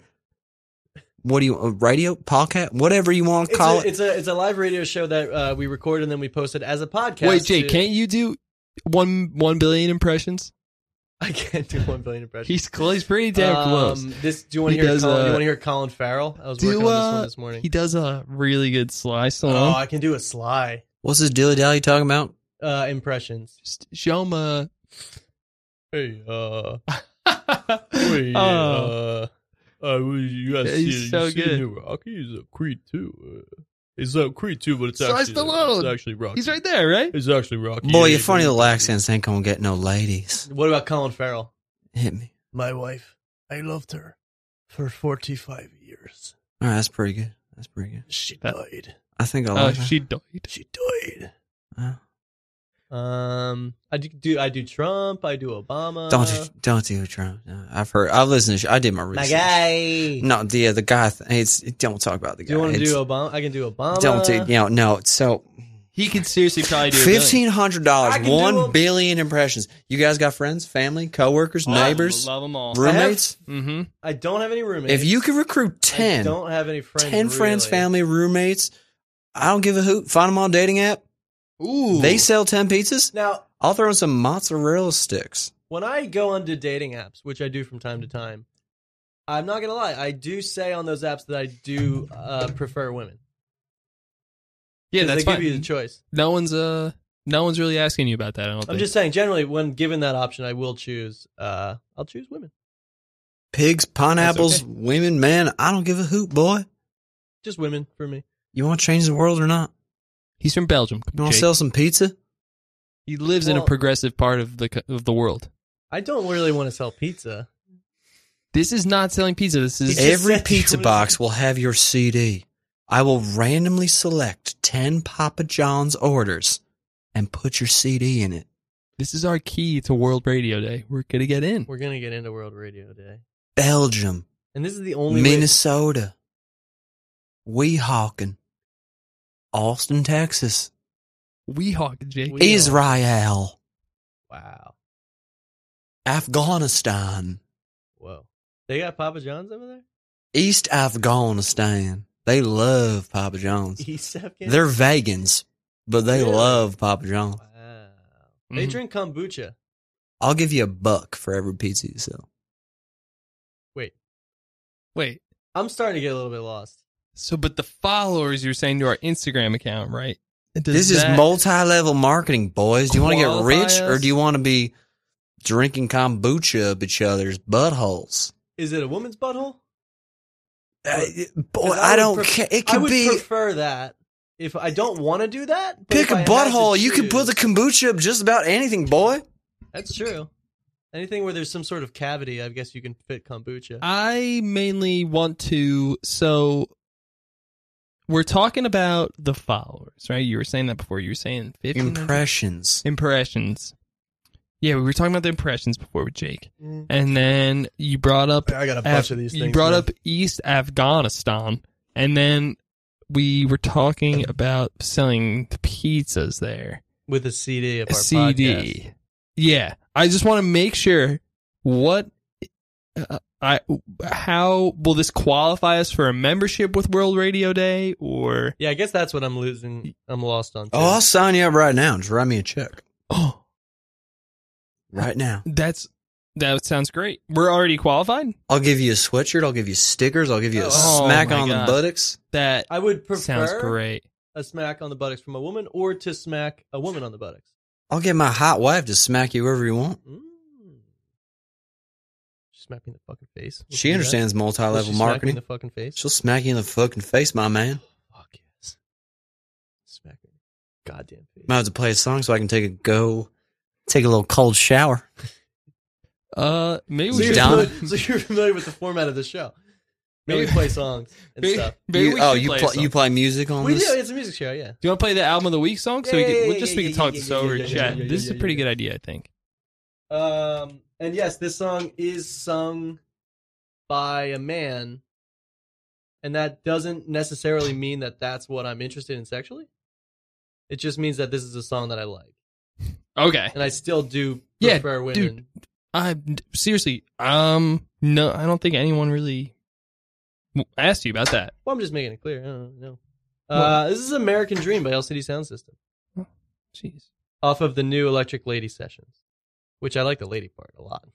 Speaker 9: What do you a radio podcast, whatever you want to
Speaker 3: It's,
Speaker 9: call
Speaker 3: a,
Speaker 9: it?
Speaker 3: it's a it's a live radio show that uh, we record and then we post it as a podcast.
Speaker 4: Wait, Jake,
Speaker 3: to-
Speaker 4: can't you do one one billion impressions?
Speaker 3: I can't do one billion impressions.
Speaker 4: He's close. He's pretty damn close.
Speaker 3: Um, this do you want
Speaker 4: He
Speaker 3: to hear?
Speaker 4: does,
Speaker 3: Colin,
Speaker 4: uh,
Speaker 3: you want to hear Colin Farrell? I was
Speaker 4: do,
Speaker 3: working on this
Speaker 4: uh,
Speaker 3: one this morning.
Speaker 4: He does a really good sly
Speaker 3: oh,
Speaker 4: song.
Speaker 3: I can do a sly
Speaker 9: What's this dilly dally talking about?
Speaker 3: uh, impressions.
Speaker 4: Just show him a.
Speaker 3: Hey, uh,
Speaker 4: oh,
Speaker 3: uh, uh, you guys
Speaker 4: Yeah, he's see- you so see the good. new
Speaker 3: Rocky is a Creed too. It's a Creed too, but it's
Speaker 4: Sly actually- Stallone. it's
Speaker 3: actually Rocky.
Speaker 4: he's right there, right?
Speaker 3: It's actually Rocky.
Speaker 9: Boy, your funny little accents ain't gonna get no ladies.
Speaker 3: What about Colin Farrell?
Speaker 9: Hit me.
Speaker 3: My wife, I loved her for forty-five years.
Speaker 9: All right, that's pretty good. That's pretty good.
Speaker 3: She
Speaker 4: That-
Speaker 3: died.
Speaker 9: I think I
Speaker 4: Uh,
Speaker 9: like that.
Speaker 4: she died.
Speaker 3: She died.
Speaker 9: Uh,
Speaker 3: Um, I do, do I do Trump. I do Obama.
Speaker 9: don't do, don't do Trump. No, I've heard. I listened. To, I did my research.
Speaker 3: guy.
Speaker 9: No, the the guy. Th- it's don't talk about the guy.
Speaker 3: Do you want to
Speaker 9: It's-
Speaker 3: do Obama? I can do Obama.
Speaker 9: Don't do. You know, no. So
Speaker 4: He could seriously probably do a billion.
Speaker 9: Fifteen hundred dollars,
Speaker 3: I can do
Speaker 9: one
Speaker 3: them.
Speaker 9: billion impressions. You guys got friends, family, coworkers,
Speaker 4: Love 'em,
Speaker 9: neighbors,
Speaker 4: Oh, Love them all.
Speaker 9: roommates.
Speaker 4: Mm-hmm.
Speaker 3: I don't have any roommates.
Speaker 9: If you could recruit
Speaker 3: I
Speaker 9: 10,
Speaker 3: don't have any friends.
Speaker 9: 10 friends,
Speaker 3: really.
Speaker 9: family, roommates, I don't give a hoot. Find them on dating app.
Speaker 4: Ooh.
Speaker 9: They sell ten pizzas.
Speaker 3: Now,
Speaker 9: I'll throw in some mozzarella sticks.
Speaker 3: when I go onto dating apps, which I do from time to time, I'm not gonna lie. I do say on those apps that I do uh, prefer women.
Speaker 4: yeah,
Speaker 3: 'Cause
Speaker 4: that's
Speaker 3: they give
Speaker 4: fine.
Speaker 3: you the choice.
Speaker 4: no one's uh, no one's really asking you about that. I don't
Speaker 3: I'm
Speaker 4: think.
Speaker 3: just saying, generally, when given that option, I will choose. Uh, I'll choose women.
Speaker 9: Pigs, pineapples,
Speaker 4: okay.
Speaker 9: women, man. I don't give a hoot, boy.
Speaker 3: Just women for me.
Speaker 9: You want to change the world or not?
Speaker 4: He's from Belgium.
Speaker 9: You want to
Speaker 4: Jake.
Speaker 9: sell some pizza?
Speaker 4: He lives in a
Speaker 3: Well-
Speaker 4: progressive part of the co- of the world.
Speaker 3: I don't really want to sell pizza.
Speaker 4: This is not selling pizza. This is
Speaker 3: It's- just
Speaker 9: Every
Speaker 3: said you
Speaker 9: pizza
Speaker 3: wanted-
Speaker 9: box will have your CD. I will randomly select 10 Papa John's orders and put your CD in it.
Speaker 4: this is our key to World Radio Day. We're gonna get in.
Speaker 3: We're gonna get into World Radio Day,
Speaker 9: Belgium,
Speaker 3: and this is the only way-
Speaker 9: Minnesota, Weehawken, Austin, Texas,
Speaker 4: We hawk Jake.
Speaker 3: We- Weehawken.
Speaker 9: Israel,
Speaker 3: Wow.
Speaker 9: Afghanistan,
Speaker 3: Whoa. They got Papa John's over there?
Speaker 9: East Afghanistan. They love Papa John's.
Speaker 3: East Afghan?
Speaker 9: They're vegans, but they
Speaker 3: Really?
Speaker 9: love Papa John's.
Speaker 3: Wow. They
Speaker 4: Mhm.
Speaker 3: drink kombucha.
Speaker 9: I'll give you a buck for every pizza you sell.
Speaker 4: Wait.
Speaker 3: I'm starting to get a little bit lost.
Speaker 4: So, but the followers you're saying to our Instagram account, right? Does
Speaker 9: this is
Speaker 4: that-
Speaker 9: multi-level marketing, boys. Do you want to get
Speaker 4: qualify
Speaker 9: rich or
Speaker 4: us?
Speaker 9: do you want to be drinking kombucha up each other's buttholes?
Speaker 3: Is it a woman's butthole?
Speaker 9: Uh, boy,
Speaker 3: 'Cause
Speaker 9: I,
Speaker 3: would
Speaker 9: don't
Speaker 3: pref-
Speaker 9: care. It
Speaker 3: I
Speaker 9: could
Speaker 3: would
Speaker 9: be
Speaker 3: prefer that. If I don't want to do that, but
Speaker 9: pick
Speaker 3: if I
Speaker 9: a
Speaker 3: had to
Speaker 9: butthole. You could put the
Speaker 3: choose-
Speaker 9: kombucha up just about anything, boy.
Speaker 3: That's true. Anything where there's some sort of cavity, I guess you can fit kombucha.
Speaker 4: I mainly want to. So, we're talking about the followers, right? You were saying that before. You were saying 15
Speaker 9: Impressions.
Speaker 4: impressions. Yeah, we were talking about the impressions before with Jake, and then you brought up
Speaker 3: I got a
Speaker 4: Af- You brought up East Afghanistan, and then we were talking about selling the pizzas there.
Speaker 3: with a CD of
Speaker 4: A
Speaker 3: our
Speaker 4: CD.
Speaker 3: podcast.
Speaker 4: Yeah, I just want to make sure what uh, I how will this qualify us for a membership with World Radio Day or
Speaker 3: Yeah, I guess that's what I'm losing. I'm lost on. too.
Speaker 9: Oh, I'll sign you up right now. Just write me a check
Speaker 4: oh
Speaker 9: right now.
Speaker 4: that's that sounds great. We're already qualified.
Speaker 9: I'll give you a sweatshirt. I'll give you stickers. I'll give you a
Speaker 3: Oh,
Speaker 9: smack
Speaker 4: my
Speaker 9: on
Speaker 4: God.
Speaker 9: the buttocks.
Speaker 4: That
Speaker 3: I would prefer
Speaker 4: sounds great.
Speaker 3: a smack on the buttocks from a woman or to smack a woman on the buttocks.
Speaker 9: I'll get my hot wife to smack you wherever you want.
Speaker 3: Mm. She smacked me in the fucking face. We'll do
Speaker 9: She
Speaker 3: that.
Speaker 9: understands
Speaker 3: Will
Speaker 9: multi-level
Speaker 3: she smack me in
Speaker 9: marketing.
Speaker 3: the fucking face.
Speaker 9: She'll smack you in the fucking face, my man.
Speaker 3: Fuck yes. Smack me. Goddamn face.
Speaker 9: Might have to play a song so I can take a go, take a little cold shower.
Speaker 4: Uh, maybe
Speaker 3: so,
Speaker 4: we
Speaker 3: you're
Speaker 4: should.
Speaker 9: Donna.
Speaker 3: familiar, so you're familiar with the format of the show. Maybe
Speaker 4: Maybe-
Speaker 3: play songs and
Speaker 4: Maybe,
Speaker 3: stuff.
Speaker 4: maybe
Speaker 9: You-
Speaker 4: we
Speaker 9: oh,
Speaker 4: should
Speaker 9: you
Speaker 4: play a
Speaker 9: play,
Speaker 4: song.
Speaker 9: you play music on
Speaker 3: We do.
Speaker 9: this?
Speaker 3: It's a music show. Yeah.
Speaker 4: Do you want to play the album of the week song? So
Speaker 3: Yeah,
Speaker 4: we
Speaker 3: yeah,
Speaker 4: can,
Speaker 3: yeah,
Speaker 4: we'll just we
Speaker 3: yeah,
Speaker 4: can talk
Speaker 3: yeah,
Speaker 4: this
Speaker 3: yeah,
Speaker 4: over.
Speaker 3: yeah,
Speaker 4: and
Speaker 3: yeah,
Speaker 4: chat.
Speaker 3: yeah,
Speaker 4: This is
Speaker 3: yeah,
Speaker 4: a pretty
Speaker 3: yeah.
Speaker 4: good idea, I think.
Speaker 3: Um, and yes, this song is sung by a man, and that doesn't necessarily mean that that's what I'm interested in sexually. It just means that this is a song that I like,
Speaker 4: Okay.
Speaker 3: and I still do
Speaker 4: Yeah,
Speaker 3: prefer women.
Speaker 4: I seriously, um, no, I don't think anyone really w- asked you about that.
Speaker 3: Well, I'm just making it clear. I don't know. Uh, this is "American Dream" by LCD Sound System,
Speaker 4: Jeez.
Speaker 3: off of the new Electric Lady Sessions, which I like the lady part a lot.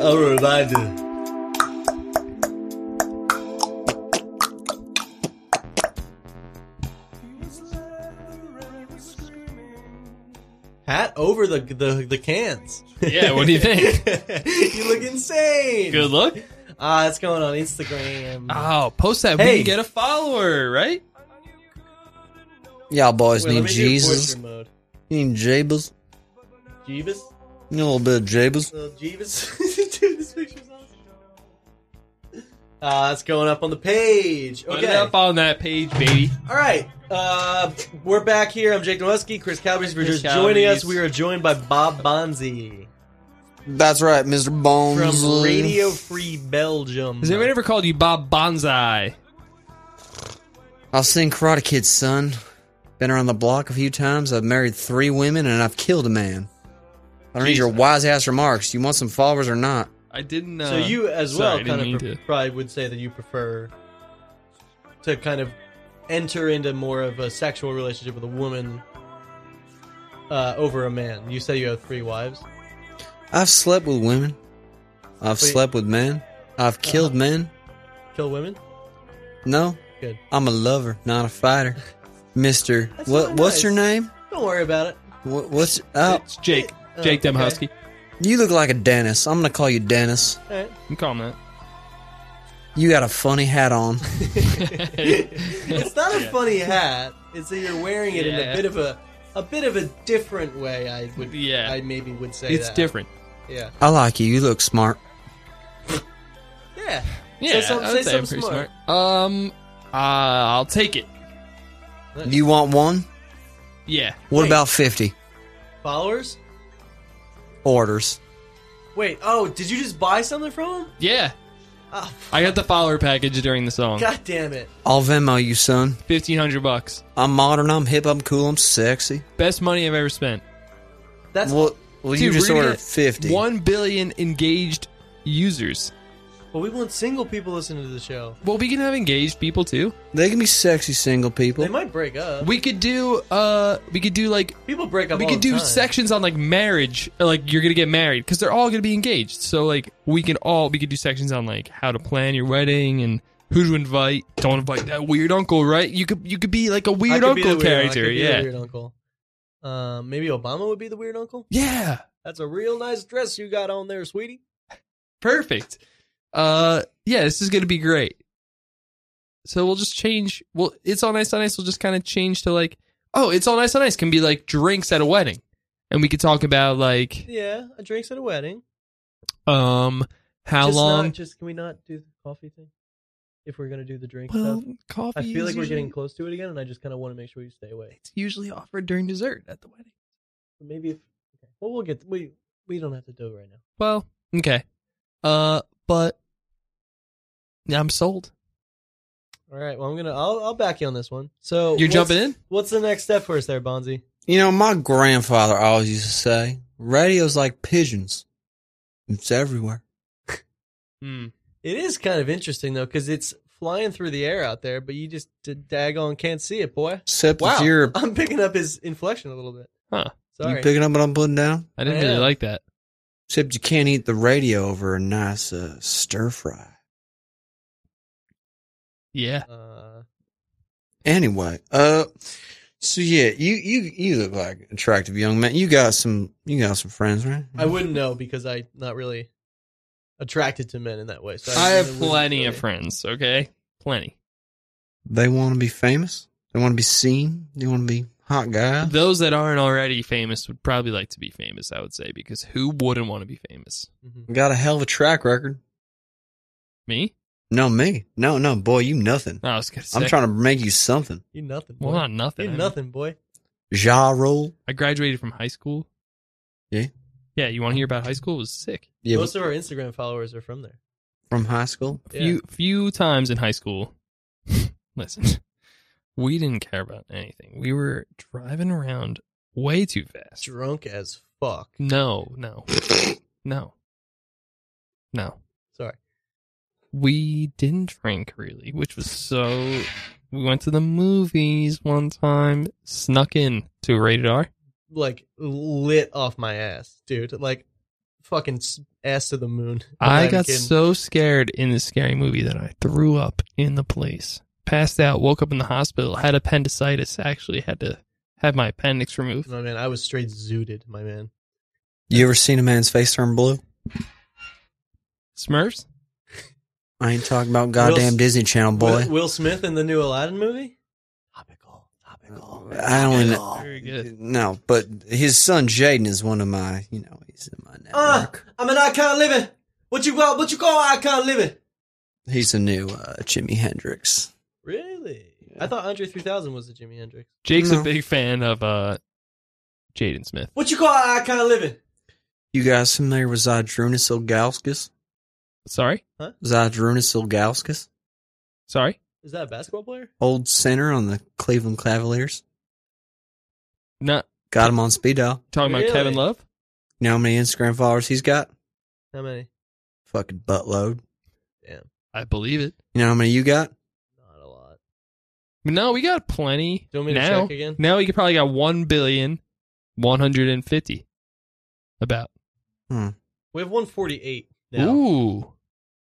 Speaker 6: I'll remind you.
Speaker 3: Hat over the the, the cans.
Speaker 4: Yeah, what do you think?
Speaker 3: you look insane.
Speaker 4: good look.
Speaker 3: Ah, it's going on Instagram.
Speaker 4: Oh, post that.
Speaker 3: Hey.
Speaker 4: We can get a follower, right?
Speaker 9: Y'all boys
Speaker 3: Wait, let
Speaker 9: need
Speaker 3: me do
Speaker 9: Jesus.
Speaker 3: portrait mode.
Speaker 9: You need Jabez.
Speaker 3: Jeebus? Uh,
Speaker 9: You need a little bit of Jabez.
Speaker 3: Little Jeebus? Dude, this picture's awesome. Uh, that's going up on the page.
Speaker 4: Put
Speaker 3: Okay.
Speaker 4: it up on that page, baby.
Speaker 3: All right. Uh, we're back here. I'm Jake Nowesky. Chris Calvary, for
Speaker 4: Chris
Speaker 3: just joining
Speaker 4: Calabrese.
Speaker 3: us. We are joined by Bob Bonzi
Speaker 9: That's right, Mr. Bones.
Speaker 3: from Radio Free Belgium.
Speaker 4: Has anyone ever called you Bob Bonsai?
Speaker 9: I'll sing Karate Kid, son. Been around the block a few times. I've married three women and I've killed a man. I don't need your wise ass remarks. You want some followers or not?
Speaker 4: I didn't uh, know.
Speaker 3: So you as
Speaker 4: Sorry, I
Speaker 3: well
Speaker 4: didn't
Speaker 3: kind
Speaker 4: mean
Speaker 3: of pre-
Speaker 4: to.
Speaker 3: probably would say that you prefer to kind of enter into more of a sexual relationship with a woman uh, over a man. You say you have three wives.
Speaker 9: I've slept with women. I've
Speaker 3: Wait.
Speaker 9: slept with men. I've
Speaker 4: Uh-huh.
Speaker 9: killed men.
Speaker 3: Kill women.
Speaker 9: No,
Speaker 3: Good.
Speaker 9: I'm a lover, not a fighter. Mister,
Speaker 3: That's
Speaker 9: what?
Speaker 3: really
Speaker 9: What's
Speaker 3: nice.
Speaker 9: your name?
Speaker 3: Don't worry about it.
Speaker 9: What, what's? Oh,
Speaker 4: It's Jake.
Speaker 3: Oh,
Speaker 4: Jake
Speaker 3: okay.
Speaker 4: Demhusky.
Speaker 9: you look like a dentist. I'm gonna call you Dennis.
Speaker 3: All right.
Speaker 4: You call him
Speaker 9: You got a funny hat on.
Speaker 4: that.
Speaker 3: It's not a funny hat. It's that you're wearing it in
Speaker 4: Yeah.
Speaker 3: a bit of a a bit of a different way. I would.
Speaker 4: Yeah.
Speaker 3: I maybe would say
Speaker 4: it's
Speaker 3: that.
Speaker 4: different.
Speaker 3: Yeah.
Speaker 9: I like you. You look smart.
Speaker 3: Yeah.
Speaker 4: Yeah,
Speaker 3: some-
Speaker 4: I
Speaker 3: say
Speaker 4: would say I'm
Speaker 3: something
Speaker 4: pretty
Speaker 3: smart.
Speaker 4: smart. Um, uh, I'll take it.
Speaker 9: You want one?
Speaker 4: Yeah,
Speaker 9: What
Speaker 3: Wait.
Speaker 9: about fifty
Speaker 3: Followers.
Speaker 9: orders?
Speaker 3: Wait. Oh, did you just buy something from him?
Speaker 4: yeah.
Speaker 3: Oh,
Speaker 4: I got the follower package during the song.
Speaker 3: God damn it.
Speaker 9: I'll Venmo you, son.
Speaker 4: Fifteen hundred bucks.
Speaker 9: I'm modern. I'm hip. I'm cool. I'm sexy.
Speaker 4: Best money I've ever spent.
Speaker 3: That's
Speaker 9: Well, well, you
Speaker 4: Dude,
Speaker 9: just
Speaker 4: we're gonna
Speaker 9: ordered
Speaker 4: get
Speaker 9: fifty.
Speaker 4: One billion engaged users.
Speaker 3: But we want single people listening to the show.
Speaker 4: Well, we can have engaged people too.
Speaker 9: They can be sexy single people.
Speaker 3: They might break up.
Speaker 4: We could do uh, we could do like
Speaker 3: people break up.
Speaker 4: we
Speaker 3: all
Speaker 4: could
Speaker 3: the
Speaker 4: do
Speaker 3: time.
Speaker 4: sections on like marriage, uh, like you're gonna get married because they're all gonna be engaged. So like we can all we could do sections on like how to plan your wedding and who to invite. Don't invite that weird uncle, right? You could you could be like a
Speaker 3: I
Speaker 4: weird
Speaker 3: could be the
Speaker 4: uncle
Speaker 3: weird- I
Speaker 4: character,
Speaker 3: could be the
Speaker 4: yeah,
Speaker 3: weird uncle. Um, maybe Obama would be the weird uncle.
Speaker 4: yeah,
Speaker 3: That's a real nice dress you got on there, sweetie.
Speaker 4: perfect. Uh, yeah, this is gonna be great. So we'll just change. Well, it's all nice on ice. We'll just kind of change to like, oh, it's all nice on ice can be like drinks at a wedding, and we could talk about like,
Speaker 3: Yeah, a drinks at a wedding.
Speaker 4: um, how
Speaker 3: just
Speaker 4: long.
Speaker 3: Not, just can we not do the coffee thing? If we're gonna do the drink
Speaker 4: well,
Speaker 3: stuff,
Speaker 4: coffee.
Speaker 3: I feel
Speaker 4: is
Speaker 3: like we're
Speaker 4: usually-
Speaker 3: getting close to it again, and I just kind of want to make sure you stay away.
Speaker 4: it's usually offered during dessert at the wedding.
Speaker 3: Maybe if okay. well, we'll get we we don't have to do it right now.
Speaker 4: Well, okay. Uh, but yeah, I'm sold.
Speaker 3: All right, well, I'm gonna I'll I'll back you on this one. So
Speaker 4: You're
Speaker 3: what's-
Speaker 4: jumping in?
Speaker 3: What's the next step for us there, Bonzi?
Speaker 9: You know, my grandfather always used to say, radio's like pigeons. It's everywhere.
Speaker 3: It is kind of interesting though, because it's flying through the air out there, but you just d- daggone can't see it, boy.
Speaker 9: Except
Speaker 4: Wow.
Speaker 9: if you're
Speaker 3: I'm picking up his inflection a little bit.
Speaker 4: Huh.
Speaker 3: Sorry.
Speaker 9: you picking up what I'm putting down.
Speaker 4: I didn't
Speaker 3: Oh, Yeah.
Speaker 4: really like that.
Speaker 9: Except you can't eat the radio over a nice uh, stir fry.
Speaker 4: Yeah.
Speaker 3: uh,
Speaker 9: Anyway, uh, so yeah, you you you look like an attractive young man. You got some you got some friends, right?
Speaker 3: I wouldn't know because I'm not really attracted to men in that way. So
Speaker 4: I have
Speaker 3: wouldn't
Speaker 4: plenty
Speaker 3: really-
Speaker 4: of friends, okay? Plenty.
Speaker 9: They want to be famous. They want to be seen. They want to be hot guys.
Speaker 4: Those that aren't already famous would probably like to be famous, I would say, because who wouldn't want to be famous?
Speaker 3: Mhm.
Speaker 9: Got a hell of a track record.
Speaker 4: Me?
Speaker 9: No, me. No, no, boy, you nothing.
Speaker 4: No, I was gonna say.
Speaker 9: I'm trying to make you something.
Speaker 3: You nothing. Boy.
Speaker 4: Well, not nothing.
Speaker 3: You
Speaker 4: I mean,
Speaker 3: nothing, boy.
Speaker 9: Ja Rule.
Speaker 4: I graduated from high school.
Speaker 9: Yeah.
Speaker 4: Yeah, you want to hear about high school? It was sick.
Speaker 9: Yeah,
Speaker 3: Most of our Instagram followers are from there.
Speaker 9: from high school.
Speaker 3: Yeah.
Speaker 4: few few times in high school. listen, we didn't care about anything. We were driving around way too fast.
Speaker 3: Drunk as fuck.
Speaker 4: no, no, no, no.
Speaker 3: Sorry.
Speaker 4: We didn't drink really, which was so. We went to the movies one time, snuck in to rated R.
Speaker 3: Like lit off my ass, dude. Like fucking s- ass to the moon. I'm not
Speaker 4: I
Speaker 3: even
Speaker 4: got
Speaker 3: kidding.
Speaker 4: so scared in this scary movie that I threw up in the place. Passed out, woke up in the hospital, had appendicitis, actually had to have my appendix removed.
Speaker 3: My man, I was straight zooted, my man.
Speaker 9: You ever seen a man's face turn blue?
Speaker 4: Smurfs?
Speaker 9: I ain't talking about goddamn
Speaker 3: Will-
Speaker 9: Disney Channel, boy.
Speaker 3: Will, Will Smith in the new Aladdin movie? Topical. Topical.
Speaker 9: I don't even know.
Speaker 4: Very good.
Speaker 9: No, but his son Jaden is one of my, you Ah! know, he's in my network.
Speaker 3: I'm an icon living. What you call what you call icon living?
Speaker 9: He's a new uh, Jimi Hendrix.
Speaker 3: Really? I thought Andre 3000 was a Jimi Hendrix.
Speaker 4: Jake's
Speaker 9: No.
Speaker 4: a big fan of uh, Jaden Smith.
Speaker 3: What you call I kind of living?
Speaker 9: You guys familiar with Zydrunas Ilgauskas?
Speaker 4: Sorry,
Speaker 9: Zydrunas Ilgauskas,
Speaker 4: sorry.
Speaker 3: Is that a basketball player?
Speaker 9: old center on the Cleveland Cavaliers.
Speaker 4: Not
Speaker 9: Got him on speed dial.
Speaker 4: talking
Speaker 3: Really?
Speaker 4: about Kevin Love.
Speaker 9: You know how many Instagram followers he's got?
Speaker 3: How many?
Speaker 9: Fucking buttload.
Speaker 4: I believe it.
Speaker 9: You know how many you got?
Speaker 3: Not a lot.
Speaker 4: No, we got plenty.
Speaker 3: Do you want me to
Speaker 4: now,
Speaker 3: check again?
Speaker 4: now we could probably got one billion one hundred and fifty. About.
Speaker 3: We have 148 now.
Speaker 4: Ooh.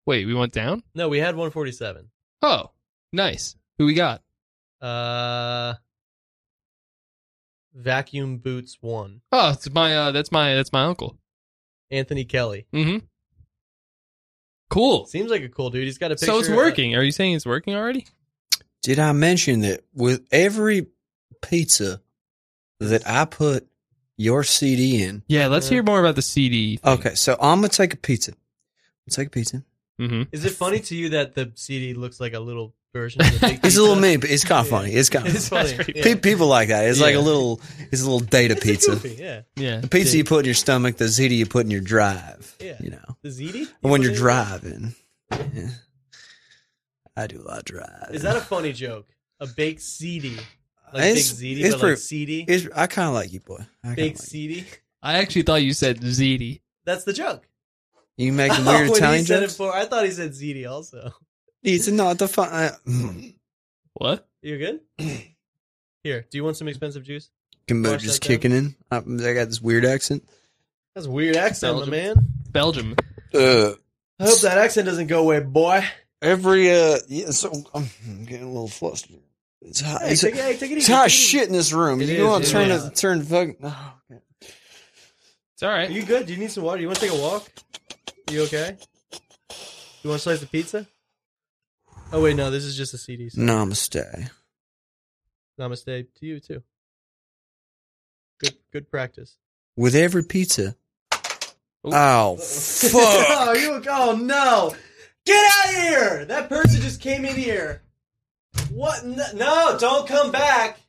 Speaker 4: Wait, we went down.
Speaker 3: No, we had 147.
Speaker 4: Oh, nice. Who we got?
Speaker 3: Uh, Vacuum Boots 1.
Speaker 4: Oh, it's my uh, that's my that's my uncle.
Speaker 3: Anthony Kelly.
Speaker 4: Mm-hmm. Cool.
Speaker 3: Seems like a cool dude. He's got a picture.
Speaker 4: So it's
Speaker 3: uh,
Speaker 4: working. Are you saying it's working already?
Speaker 9: Did I mention that with every pizza that I put your CD in?
Speaker 4: Yeah,
Speaker 3: Uh,
Speaker 4: let's hear more about the CD.
Speaker 9: Okay, so I'm gonna take a pizza. I'll take a pizza.
Speaker 4: Mm-hmm.
Speaker 3: Is it funny to you that the CD looks like a little version of the big
Speaker 9: It's a little
Speaker 3: pizza?
Speaker 9: mean, but it's kind of funny. It's kind of
Speaker 3: It's funny. Yeah.
Speaker 9: Pe- people like that. It's like a
Speaker 3: Yeah.
Speaker 9: little, it's a little data
Speaker 3: It's a
Speaker 9: pizza.
Speaker 3: goofy, yeah.
Speaker 4: Yeah.
Speaker 9: The pizza you put in your stomach, the ziti you put in your drive.
Speaker 3: Yeah.
Speaker 9: You know,
Speaker 3: The ZD?
Speaker 9: or when you're driving. Yeah. I do a lot of driving.
Speaker 3: Is that a funny joke? A baked CD. Like
Speaker 9: It's-
Speaker 3: big ZD,
Speaker 9: it's
Speaker 3: but
Speaker 9: pretty-
Speaker 3: like CD?
Speaker 9: It's, I kind of like you, boy. I kinda
Speaker 3: Big
Speaker 9: like you.
Speaker 3: CD?
Speaker 4: I actually thought you said ZD.
Speaker 3: That's the joke.
Speaker 9: you make the weird
Speaker 3: when
Speaker 9: Italian
Speaker 3: he said
Speaker 9: jokes.
Speaker 3: it for, I thought he said ZD also.
Speaker 9: It's not the fun. I- Mm.
Speaker 4: What?
Speaker 3: You good? Here, do you want some expensive juice?
Speaker 9: Cambodia's
Speaker 3: that down.
Speaker 9: kicking in. I, I got this weird accent.
Speaker 3: That's a weird accent, my
Speaker 4: Belgium.
Speaker 3: man.
Speaker 4: Belgium.
Speaker 9: Uh,
Speaker 3: I hope that accent doesn't go away, boy.
Speaker 9: every uh, yeah. So I'm I'm getting a little flustered. It's hot.
Speaker 3: Hey,
Speaker 9: it's,
Speaker 3: take, it- hey, take it easy.
Speaker 9: it's
Speaker 3: take
Speaker 9: hot
Speaker 3: it
Speaker 9: as
Speaker 3: easy.
Speaker 9: shit in this room.
Speaker 3: It
Speaker 9: you
Speaker 3: is,
Speaker 9: want
Speaker 3: it
Speaker 9: to turn
Speaker 3: is.
Speaker 9: it? Turn fucking. Oh, okay.
Speaker 4: It's all
Speaker 3: Are
Speaker 4: right.
Speaker 3: you good? Do you need some water? You want to take a walk? You okay? You want a slice of pizza? Oh wait, no, this is just a CD.
Speaker 9: Mm.
Speaker 3: So
Speaker 9: Namaste.
Speaker 3: Namaste to you too. Good, good practice.
Speaker 9: With every pizza.
Speaker 4: Ooh.
Speaker 9: Oh fuck!
Speaker 3: oh, you, oh no! Get out of here! That person just came in here. What? No, no, don't come back.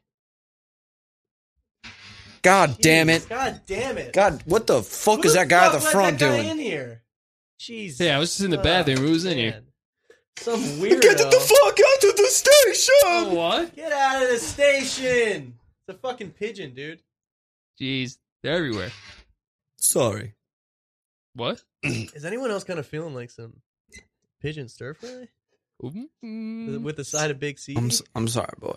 Speaker 9: God damn
Speaker 3: Jeez,
Speaker 9: it!
Speaker 3: God damn it!
Speaker 9: God, what the fuck
Speaker 3: Who
Speaker 9: is that guy at the
Speaker 3: fuck let
Speaker 9: front
Speaker 3: that guy
Speaker 9: doing?
Speaker 3: in here? Jeez.
Speaker 4: Yeah, I was just in the bathroom. Who was in here?
Speaker 3: Man. Some weirdo.
Speaker 9: Get the fuck out of the station!
Speaker 4: Oh, what?
Speaker 3: Get out of the station! It's a fucking pigeon, dude.
Speaker 4: Jeez, they're everywhere.
Speaker 9: Sorry.
Speaker 4: What?
Speaker 3: Is anyone else kind of feeling like some pigeon stir fry
Speaker 4: Mm.
Speaker 3: with the side of big C?
Speaker 9: I'm s- I'm sorry, boy.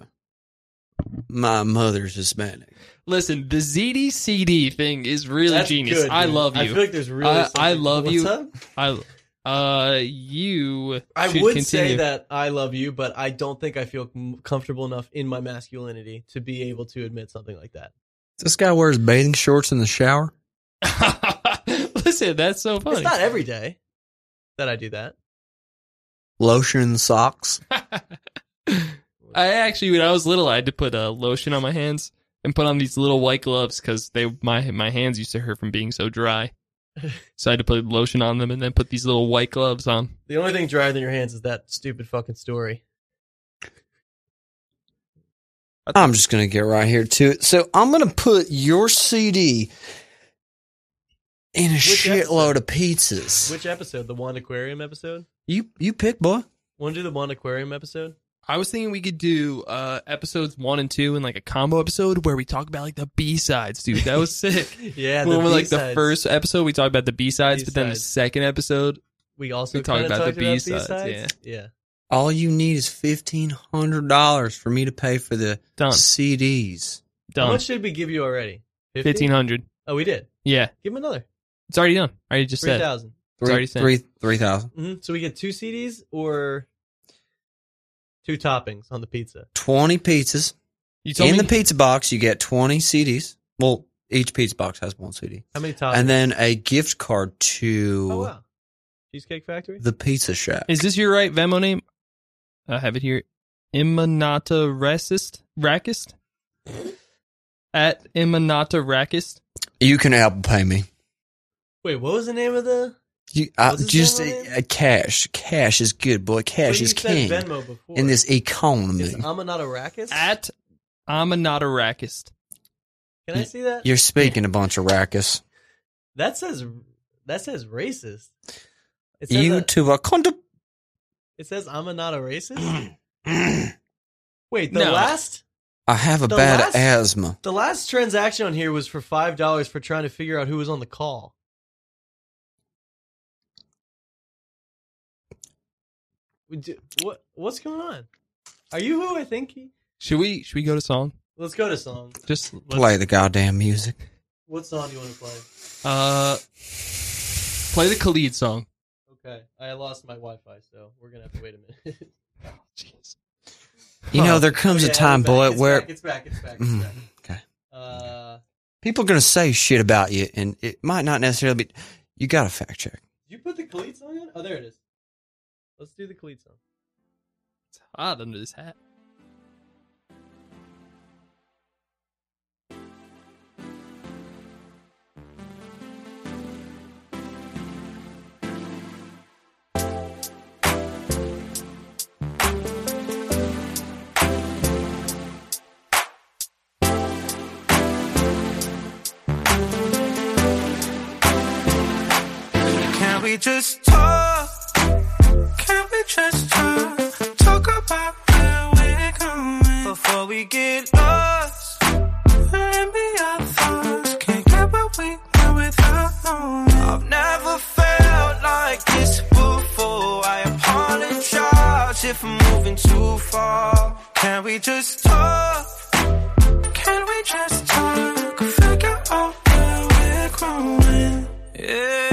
Speaker 9: My mother's Hispanic.
Speaker 4: Listen, the ZD CD thing is really
Speaker 3: That's
Speaker 4: genius.
Speaker 3: good,
Speaker 4: I
Speaker 3: dude.
Speaker 4: love you.
Speaker 3: I feel like there's really.
Speaker 4: I-
Speaker 3: something-
Speaker 4: I love
Speaker 3: What's
Speaker 4: you.
Speaker 3: up?
Speaker 4: I uh you
Speaker 3: I
Speaker 4: should
Speaker 3: would say
Speaker 4: continue.
Speaker 3: that I love you, but I don't think I feel m- comfortable enough in my masculinity to be able to admit something like that.
Speaker 9: This guy wears bathing shorts in the shower.
Speaker 4: Listen, that's so funny.
Speaker 3: It's not every day that I do that.
Speaker 9: Lotion in the socks.
Speaker 4: I actually when I was little I had to put a lotion on my hands and put on these little white gloves cuz they my my hands used to hurt from being so dry. so I had to put lotion on them and then put these little white gloves on.
Speaker 3: The only thing drier than your hands is that stupid fucking story.
Speaker 9: I'm just gonna get right here to it. So I'm gonna put your CD in a shitload of pizzas.
Speaker 3: Which episode? The Wand Aquarium episode?
Speaker 9: you you pick, boy.
Speaker 3: Want to do the Wand Aquarium episode?
Speaker 4: I was thinking we could do uh episodes 1 and 2 in like a combo episode where we talk about like the B-sides, dude. That was sick.
Speaker 3: Yeah,
Speaker 4: when
Speaker 3: the
Speaker 4: we're like the
Speaker 3: B-sides.
Speaker 4: first episode we talked about the b-sides but then the
Speaker 3: B-sides.
Speaker 4: second episode
Speaker 3: We also
Speaker 4: We talked
Speaker 3: kinda
Speaker 4: about the
Speaker 3: talked about
Speaker 4: B-sides,
Speaker 3: Yeah.
Speaker 9: All you need is fifteen hundred dollars for me to pay for the
Speaker 4: done
Speaker 9: CDs.
Speaker 3: How
Speaker 4: done
Speaker 3: much did we give you already? 50?
Speaker 4: 1500
Speaker 3: Oh, we did.
Speaker 4: yeah
Speaker 3: Give him another
Speaker 4: it's already done i already just
Speaker 3: three
Speaker 4: said it.
Speaker 3: thousand.
Speaker 4: It's already sent.
Speaker 9: three three thousand.
Speaker 3: Mm-hmm. So we get two CDs or two toppings on the pizza.
Speaker 9: Twenty pizzas.
Speaker 4: you told
Speaker 9: In
Speaker 4: me
Speaker 9: the pizza box you get twenty CDs. Well, each pizza box has one CD.
Speaker 3: How many toppings?
Speaker 9: And then a gift card to
Speaker 3: oh wow, Cheesecake Factory.
Speaker 9: the pizza shack.
Speaker 4: is this your right venmo name i have it here imanata racist rackist at imanata rackist
Speaker 9: You can Apple Pay me.
Speaker 3: Wait, what was the name of the
Speaker 9: You, uh,
Speaker 3: What's his
Speaker 9: just
Speaker 3: name on
Speaker 9: uh, cash. Cash is good, boy.
Speaker 3: But
Speaker 9: Cash
Speaker 3: you
Speaker 9: is
Speaker 3: said
Speaker 9: king
Speaker 3: Venmo before.
Speaker 9: in this economy.
Speaker 3: it's uh, Amanatarakis.
Speaker 4: At I'm a not a rackist.
Speaker 3: Can I see that?
Speaker 9: You're speaking a bunch of rackus.
Speaker 3: That says that says racist. It says,
Speaker 9: You
Speaker 3: a-
Speaker 9: to a condom.
Speaker 3: it says I'm a not a racist. Wait, the
Speaker 4: No.
Speaker 3: last
Speaker 9: I have a
Speaker 3: The
Speaker 9: bad
Speaker 3: last-
Speaker 9: asthma.
Speaker 3: the last transaction on here was for five dollars for trying to figure out who was on the call. We do- What what's going on? Are you who I think? he-
Speaker 4: Should we should we go to song?
Speaker 3: Let's go to song.
Speaker 4: Just
Speaker 3: Let's-
Speaker 9: Play the goddamn music.
Speaker 3: What song do you want to play?
Speaker 4: uh play the Khalid song.
Speaker 3: Okay, I lost my Wi-Fi, so we're gonna have to wait a minute.
Speaker 4: Jeez.
Speaker 9: You know, there comes
Speaker 3: Yeah,
Speaker 9: a time,
Speaker 3: it's back,
Speaker 9: boy,
Speaker 3: it's
Speaker 9: where
Speaker 3: back, it's back, it's back, it's
Speaker 9: Mm,
Speaker 3: back.
Speaker 9: okay.
Speaker 3: Uh,
Speaker 9: people are going to say shit about you, and it might not necessarily be. You got to fact check.
Speaker 3: did you put the Khalid song in? Oh, there it is. Let's do the Khalid song.
Speaker 4: It's hot under this Ah, hat.
Speaker 6: Can we just talk? Can we just talk? Talk about where we're going before we get lost. Let me our thoughts. Can't get what we know without knowing. I've never felt like this before. I apologize if I'm moving too far. Can we just talk? Can we just talk? Figure out where we're growing. Yeah.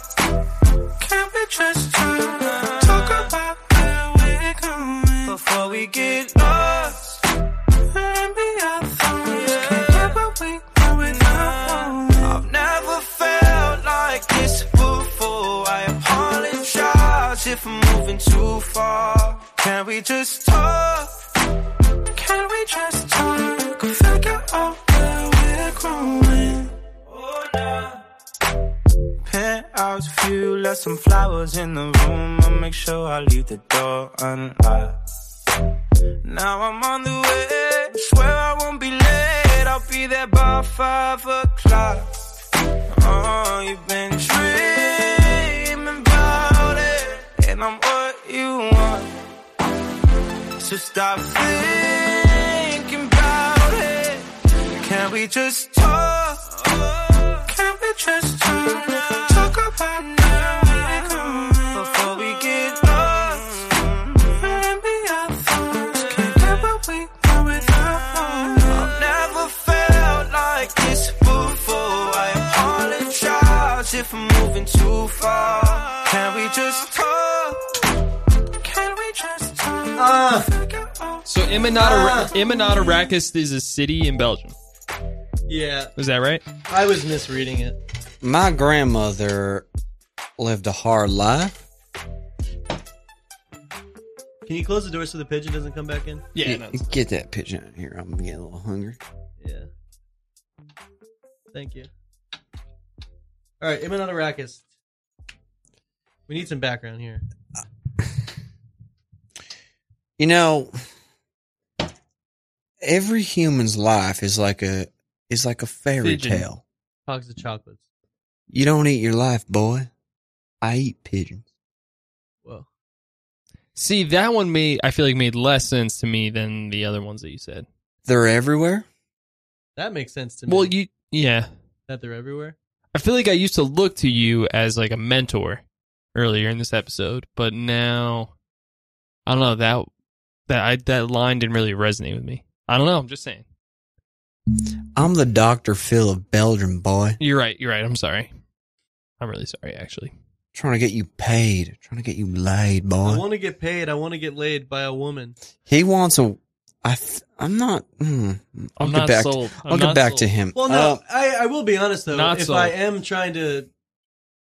Speaker 6: Can we just talk? Talk about where we're going before we get lost. Let me our thoughts. Can't get what we know without knowing. I've never felt like this before. I apologize if I'm moving too far. Can we just talk? Can we just talk? Figure out where we're growing. Oh, nah. Penthouse view, left some flowers in the room. I'll make sure I leave the door unlocked. Now I'm on the way. Swear I won't be late. I'll be there by five o'clock. Oh, you've been dreaming about it, and I'm what you want. So stop thinking about it. Can we just talk? Can we just talk? Talk about now before we get lost. Let me our thoughts. Can't get what we know without knowing. I've never felt like this before. I apologize if I'm moving too far. Can we just talk? Can we just talk?
Speaker 3: Ah!
Speaker 4: So Imanata Imanata Rakist is a city in Belgium.
Speaker 3: Yeah,
Speaker 4: Is that right?
Speaker 3: I was misreading it.
Speaker 9: My grandmother lived a hard life.
Speaker 3: Can you close the door so the pigeon doesn't come back in?
Speaker 4: Yeah. no,
Speaker 9: Get- Get that pigeon out here. I'm getting a little hungry.
Speaker 3: Yeah. Thank you. All right, Iman Arakis. We need some background here.
Speaker 9: You know, every human's life is like a is like a fairy
Speaker 4: Pigeon.
Speaker 9: tale.
Speaker 3: Hogs of chocolates.
Speaker 9: You don't eat your life, boy. I eat pigeons.
Speaker 3: Whoa.
Speaker 4: See, that one made I feel like made less sense to me than the other ones that you said.
Speaker 9: They're everywhere.
Speaker 3: That makes sense to me.
Speaker 4: Well, you yeah.
Speaker 3: that they're everywhere.
Speaker 4: I feel like I used to look to you as like a mentor earlier in this episode, but now I don't know that that I, that line didn't really resonate with me. I don't know. I'm just saying.
Speaker 9: I'm the Doctor Phil of Belgium, boy.
Speaker 4: You're right. You're right. I'm sorry. I'm really sorry. Actually,
Speaker 9: Trying to get you paid. Trying to get you laid,
Speaker 3: I
Speaker 9: boy.
Speaker 3: want to get paid. I want to get laid by a woman.
Speaker 9: he wants a. I th- I'm not. Hmm, I'll
Speaker 4: I'm
Speaker 9: get
Speaker 4: not
Speaker 9: back.
Speaker 4: sold. I'm
Speaker 9: I'll get
Speaker 4: not
Speaker 9: back
Speaker 4: sold.
Speaker 9: to him.
Speaker 3: Well, no,
Speaker 9: Uh,
Speaker 3: I, I will be honest though.
Speaker 4: Not
Speaker 3: if
Speaker 4: so.
Speaker 3: I am trying to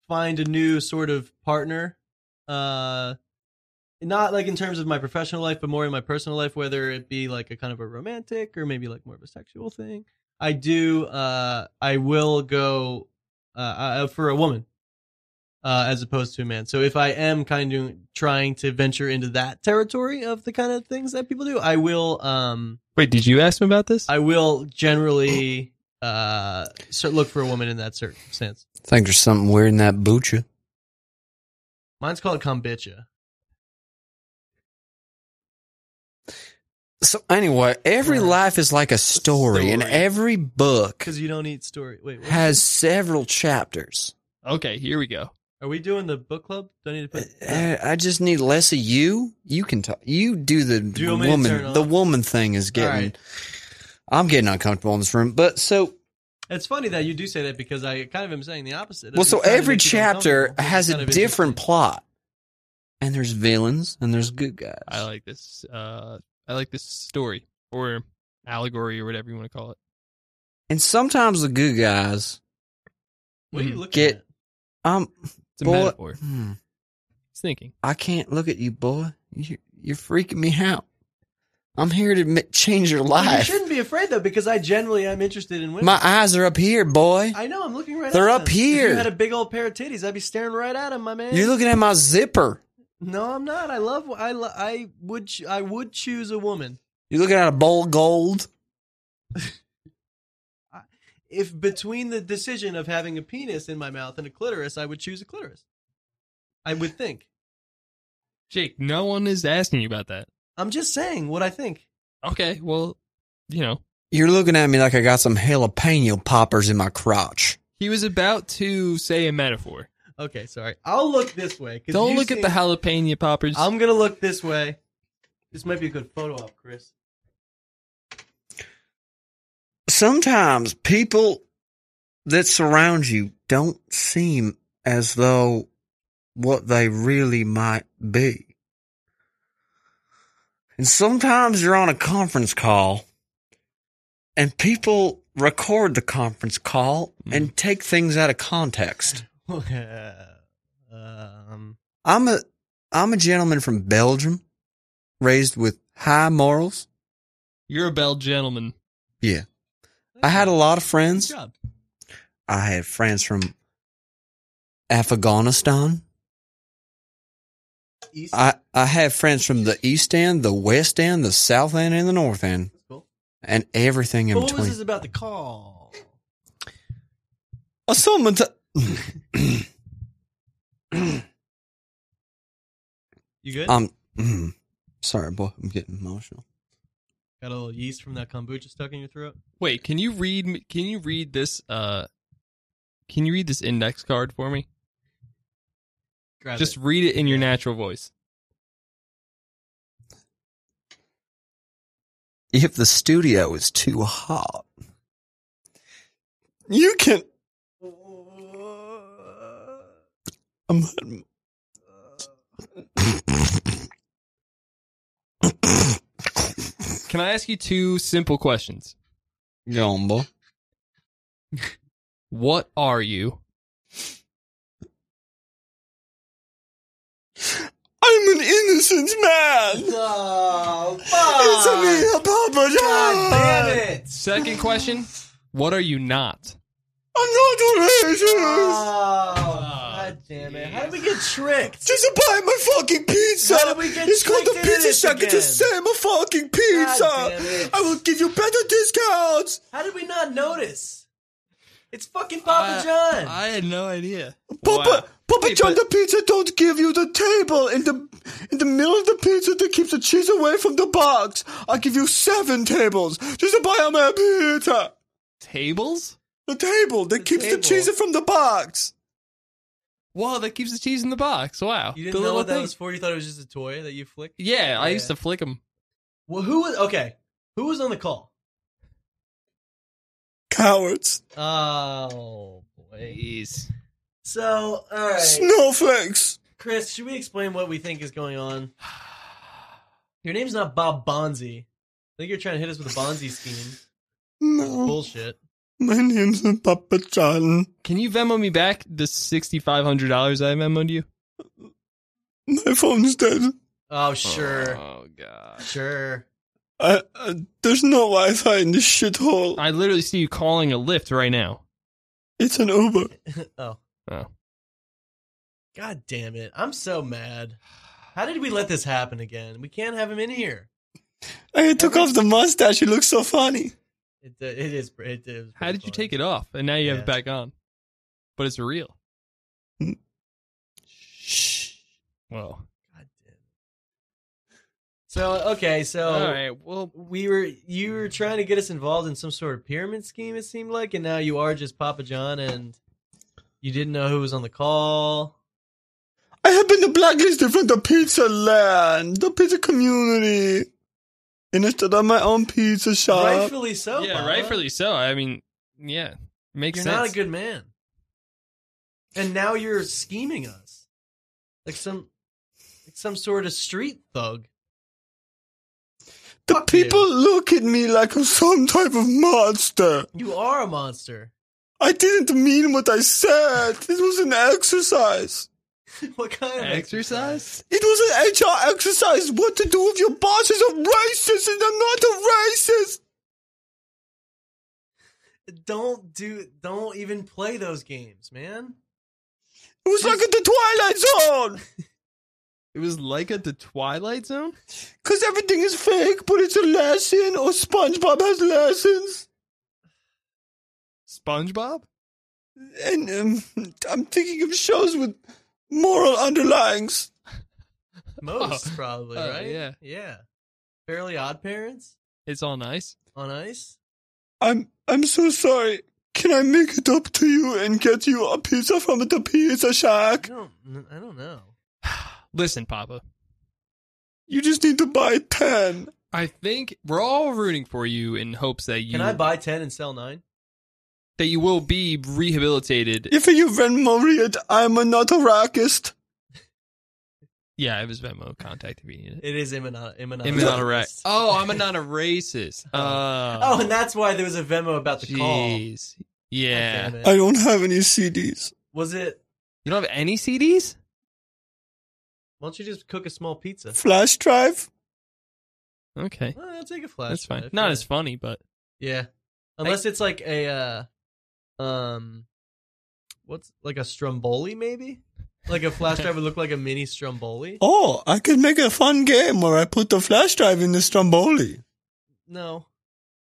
Speaker 3: find a new sort of partner, uh, not like in terms of my professional life, but more in my personal life, whether it be like a kind of a romantic or maybe like more of a sexual thing, I do. Uh, I will go uh, uh, for a woman. Uh, as opposed to a man, so if I am kind of trying to venture into that territory of the kind of things that people do, I will um,
Speaker 4: Wait, did you ask him about this?
Speaker 3: I will generally uh so look for a woman in that circumstance.
Speaker 9: I think there's something weird in that bucha.
Speaker 3: Mine's called kombucha.
Speaker 9: So anyway, every life is like a story, and
Speaker 3: Story.
Speaker 9: everry book
Speaker 3: Because you don't eat story. Wait, what?
Speaker 9: has several chapters.
Speaker 4: okay, here we go.
Speaker 3: are we doing the book club? Do I need to put?
Speaker 9: I, I just need less of you. You can talk. You do the
Speaker 3: Do you want me to turn
Speaker 9: woman.
Speaker 3: on?
Speaker 9: The woman thing is getting.
Speaker 3: right.
Speaker 9: I'm getting uncomfortable in this room. But so
Speaker 3: It's funny that you do say that because I kind of am saying the opposite.
Speaker 9: well,
Speaker 3: I'm
Speaker 9: so
Speaker 3: trying to
Speaker 9: every
Speaker 3: make you
Speaker 9: chapter
Speaker 3: uncomfortable.
Speaker 9: has
Speaker 3: It's
Speaker 9: a
Speaker 3: kind of
Speaker 9: different
Speaker 3: interesting.
Speaker 9: plot, and there's villains and there's good guys.
Speaker 4: I like this. Uh, I like this story or allegory or whatever you want to call it.
Speaker 9: and sometimes the good guys.
Speaker 3: What are you looking
Speaker 9: Mm, Get-
Speaker 3: at?
Speaker 9: Um,
Speaker 4: It's a
Speaker 9: Boy-
Speaker 4: metaphor.
Speaker 9: hmm,
Speaker 4: He's thinking.
Speaker 9: I can't look at you, boy. You're, you're freaking me out. I'm here to ma- change your
Speaker 3: Well, you
Speaker 9: life.
Speaker 3: shouldn't be afraid though, because I generally am interested in women.
Speaker 9: My eyes are up here, boy.
Speaker 3: I know I'm looking right.
Speaker 9: They're
Speaker 3: at
Speaker 9: up
Speaker 3: them. If
Speaker 9: here.
Speaker 3: you had a big old pair of titties, I'd be staring right at them, my man.
Speaker 9: You're looking at my zipper.
Speaker 3: no, I'm not. I love. I lo- I would. Ch- I would choose a woman.
Speaker 9: You're looking at a bowl of gold.
Speaker 3: if between the decision of having a penis in my mouth and a clitoris, I would choose a clitoris. I would think.
Speaker 4: Jake, no one is asking you about that.
Speaker 3: I'm just saying what I think.
Speaker 4: Okay, well, you know,
Speaker 9: You're looking at me like I got some jalapeno poppers in my crotch.
Speaker 4: he was about to say a metaphor.
Speaker 3: Okay, sorry. I'll look this way. 'cause
Speaker 4: Don't
Speaker 3: you
Speaker 4: look at the
Speaker 3: seem-
Speaker 4: jalapeno poppers.
Speaker 3: I'm gonna look this way. This might be a good photo op, Chris.
Speaker 9: Sometimes people that surround you don't seem as though what they really might be. And sometimes you're on a conference call and people record the conference call and take things out of context.
Speaker 3: um,
Speaker 9: I'm a I'm a gentleman from Belgium, raised with high morals.
Speaker 4: You're a bell gentleman.
Speaker 9: Yeah. I had a lot of
Speaker 3: good
Speaker 9: friends.
Speaker 3: job.
Speaker 9: I had friends from Afghanistan.
Speaker 3: East.
Speaker 9: I, I have friends from the East End, the West End, the South End, and the North End,
Speaker 3: That's cool.
Speaker 9: and everything in
Speaker 3: But what was
Speaker 9: between.
Speaker 3: this about the call?
Speaker 9: Uh, someone t-
Speaker 3: You good?
Speaker 9: um, mm. sorry, boy, I'm getting emotional.
Speaker 3: Got a little yeast from that kombucha stuck in your throat?
Speaker 4: Wait, can you read? me- Can you read this? Uh, can you read this index card for me?
Speaker 3: Grab
Speaker 4: Just
Speaker 3: it.
Speaker 4: read it in your natural voice.
Speaker 9: If the studio is too hot, you can. I'm
Speaker 4: Can I ask you two simple questions?
Speaker 9: Jumbo.
Speaker 4: What are you?
Speaker 9: I'm an innocent man.
Speaker 3: Oh,
Speaker 9: It's a
Speaker 3: fuck!
Speaker 9: me, a Papa
Speaker 3: God
Speaker 9: John.
Speaker 3: damn it!
Speaker 4: Second question. What are you not?
Speaker 9: I'm not a racist.
Speaker 3: Oh, God damn it. How did we get tricked?
Speaker 9: Just buy my fucking pizza.
Speaker 3: How did we get
Speaker 9: it's called the
Speaker 3: tricked into
Speaker 9: pizza
Speaker 3: this
Speaker 9: shack. It's the
Speaker 3: again?
Speaker 9: same fucking pizza.
Speaker 3: damn it.
Speaker 9: I will give you better discounts.
Speaker 3: How did we not notice? It's fucking Papa John.
Speaker 4: had no idea.
Speaker 9: Papa,
Speaker 4: Wow.
Speaker 9: Papa
Speaker 4: Hey,
Speaker 9: John,
Speaker 4: but-
Speaker 9: the pizza don't give you the table in the in the middle of the pizza to keep the cheese away from the box. I give you seven tables just to buy my pizza.
Speaker 4: Tables?
Speaker 9: The table that keeps the
Speaker 3: table.
Speaker 9: cheese from the box.
Speaker 4: Whoa, that keeps the cheese in the box. Wow.
Speaker 3: you
Speaker 4: The
Speaker 3: didn't know
Speaker 4: little
Speaker 3: what that
Speaker 4: thing.
Speaker 3: was for? You thought it was just a toy that you flicked?
Speaker 4: Yeah, I
Speaker 3: Yeah.
Speaker 4: used to flick them.
Speaker 3: Well, who was. Okay. Who was on the call?
Speaker 9: Cowards.
Speaker 3: Oh, boy.
Speaker 4: Jeez.
Speaker 3: So, all right,
Speaker 5: Snowflakes.
Speaker 3: Chris, should we explain what we think is going on? Your name's not Bob Bonzi. I think you're trying to hit us with a Bonzi scheme.
Speaker 5: No,
Speaker 3: Bullshit.
Speaker 5: my name's Papa John.
Speaker 4: Can you Venmo me back the sixty five hundred dollars I Venmoed you?
Speaker 5: My phone's dead.
Speaker 3: Oh, sure,
Speaker 4: Oh god.
Speaker 3: sure.
Speaker 5: I, uh, there's no Wi-Fi in this shithole.
Speaker 4: I literally see you calling a lift right now.
Speaker 5: It's an Uber.
Speaker 3: Oh,
Speaker 4: Oh.
Speaker 3: god damn it! I'm so mad. How did we let this happen again? We can't have him in here.
Speaker 5: I took off the mustache. It looks so funny.
Speaker 3: It, uh, it is. It is
Speaker 4: How did you take it off? And now you have it back on. But it's real.
Speaker 5: Shh.
Speaker 4: Well.
Speaker 3: God damn. it. So okay, so
Speaker 4: All right. Well,
Speaker 3: we were you were trying to get us involved in some sort of pyramid scheme it seemed like and now you are just papa john and you didn't know who was on the call
Speaker 5: I have been blacklisted from the pizza land, the pizza community, and I stood up my own pizza shop.
Speaker 3: rightfully so
Speaker 4: yeah,
Speaker 3: Papa.
Speaker 4: rightfully so. I mean, yeah, makes
Speaker 3: you're
Speaker 4: sense.
Speaker 3: not a good man and now you're scheming us like some like some sort of street thug
Speaker 5: the
Speaker 3: fuck
Speaker 5: people look at me like I'm some type of monster.
Speaker 3: you are a monster
Speaker 5: I didn't mean what I said. It was an exercise.
Speaker 3: what kind of
Speaker 4: Exercise?
Speaker 5: It was an HR exercise. What to do with your boss is a racist, and I'm not a racist.
Speaker 3: don't do don't even play those games man
Speaker 5: It was like at the Twilight Zone.
Speaker 4: It was like at the Twilight Zone.
Speaker 5: Because everything is fake, but it's a lesson, or SpongeBob has lessons.
Speaker 4: SpongeBob.
Speaker 5: And um, I'm thinking of shows with moral underlyings.
Speaker 3: most probably
Speaker 4: Oh,
Speaker 3: right
Speaker 4: yeah.
Speaker 3: yeah fairly odd parents
Speaker 4: It's all nice.
Speaker 3: on ice
Speaker 5: I'm I'm so sorry. Can I make it up to you and get you a pizza from the pizza
Speaker 3: I
Speaker 5: shack?
Speaker 3: don't. kn- I don't know.
Speaker 4: Listen, Papa.
Speaker 5: You just need to buy ten.
Speaker 4: I think we're all rooting for you in hopes that you
Speaker 3: Can I buy ten and sell nine?
Speaker 4: that you will be rehabilitated.
Speaker 5: If you Venmo me it, I'm a not a racist.
Speaker 4: yeah, I have his Venmo contact if you need it.
Speaker 3: It is Imanata. Imanata.
Speaker 4: I'm not a ra- Oh, I'm not a racist.
Speaker 3: Oh,
Speaker 4: Oh,
Speaker 3: and that's why there was a Venmo about the call. God
Speaker 4: jeez. Yeah.
Speaker 3: damn it.
Speaker 5: I don't have any CDs.
Speaker 3: Was it?
Speaker 4: You don't have any CDs?
Speaker 3: Why don't you just cook a small pizza?
Speaker 5: Flash drive.
Speaker 4: Okay.
Speaker 3: Well, I'll take a flash.
Speaker 4: That's fine.
Speaker 3: drive,
Speaker 4: Not
Speaker 3: yeah.
Speaker 4: as funny, but
Speaker 3: Yeah, unless it's like a, uh, um, what's like a Stromboli maybe? Like a flash drive would look like a mini Stromboli.
Speaker 5: Oh, I could make a fun game where I put the flash drive in the Stromboli.
Speaker 3: No,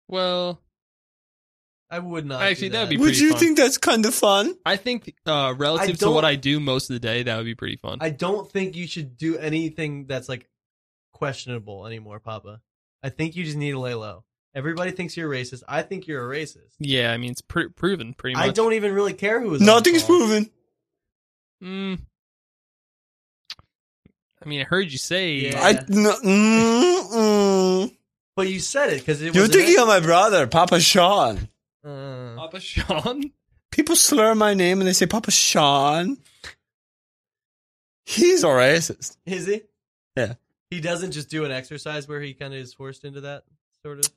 Speaker 4: well,
Speaker 3: I would not.
Speaker 4: Actually,
Speaker 3: do
Speaker 4: that'd be
Speaker 3: that.
Speaker 4: pretty-
Speaker 5: Would you
Speaker 4: fun.
Speaker 5: think that's kind of fun?
Speaker 4: I think uh,
Speaker 3: I
Speaker 4: relative to
Speaker 3: don't-
Speaker 4: what I do most of the day, that would be pretty fun.
Speaker 3: I don't think you should do anything that's like questionable anymore, Papa. I think you just need to lay low. Everybody thinks you're racist. I think you're a racist.
Speaker 4: yeah, I mean it's pr- proven pretty much.
Speaker 3: I don't even really care who is. on the
Speaker 5: Nothing's
Speaker 3: call.
Speaker 5: proven.
Speaker 4: Mm. I mean, I heard you say.
Speaker 3: Yeah.
Speaker 5: I no, mm, mm.
Speaker 3: But you said it because it
Speaker 5: You're
Speaker 3: was.
Speaker 5: thinking of my brother, Papa Sean.
Speaker 3: Uh,
Speaker 4: Papa Sean.
Speaker 5: People slur my name and they say Papa Sean. He's a racist.
Speaker 3: is he?
Speaker 5: Yeah.
Speaker 3: He doesn't just do an exercise where he kind of is forced into that sort of.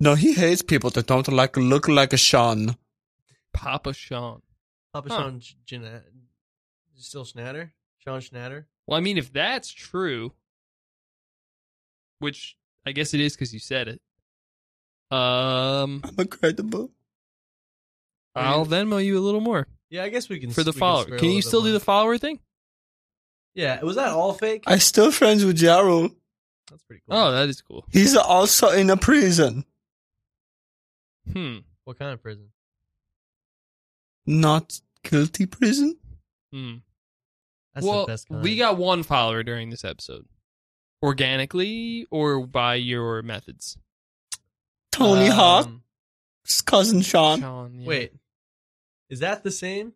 Speaker 5: No, he hates people that don't like look like a Sean.
Speaker 4: Papa Sean.
Speaker 3: Papa
Speaker 4: Huh.
Speaker 3: Sean Jeanette, still Schnatter. Sean Schnatter.
Speaker 4: Well, I mean, if that's true, which I guess it is because you said it. Um,
Speaker 5: I'm incredible.
Speaker 4: I'll Venmo you a little more
Speaker 3: Yeah, I guess we can
Speaker 4: for the
Speaker 3: we
Speaker 4: follower.
Speaker 3: square a
Speaker 4: Can
Speaker 3: little
Speaker 4: you
Speaker 3: bit
Speaker 4: still do
Speaker 3: more.
Speaker 4: the follower thing?
Speaker 3: Yeah, was that all fake?
Speaker 5: I still friends with Jarul.
Speaker 3: That's pretty cool.
Speaker 4: Oh, that is cool.
Speaker 5: He's also in a prison.
Speaker 4: Hmm.
Speaker 3: what kind of prison?
Speaker 5: Not guilty prison.
Speaker 4: Hmm.
Speaker 3: That's
Speaker 4: well,
Speaker 3: the best kind.
Speaker 4: we got one follower during this episode, organically or by your methods.
Speaker 5: Tony
Speaker 3: Um,
Speaker 5: Hawk's cousin Sean.
Speaker 4: Sean, yeah.
Speaker 3: Wait, is that the same?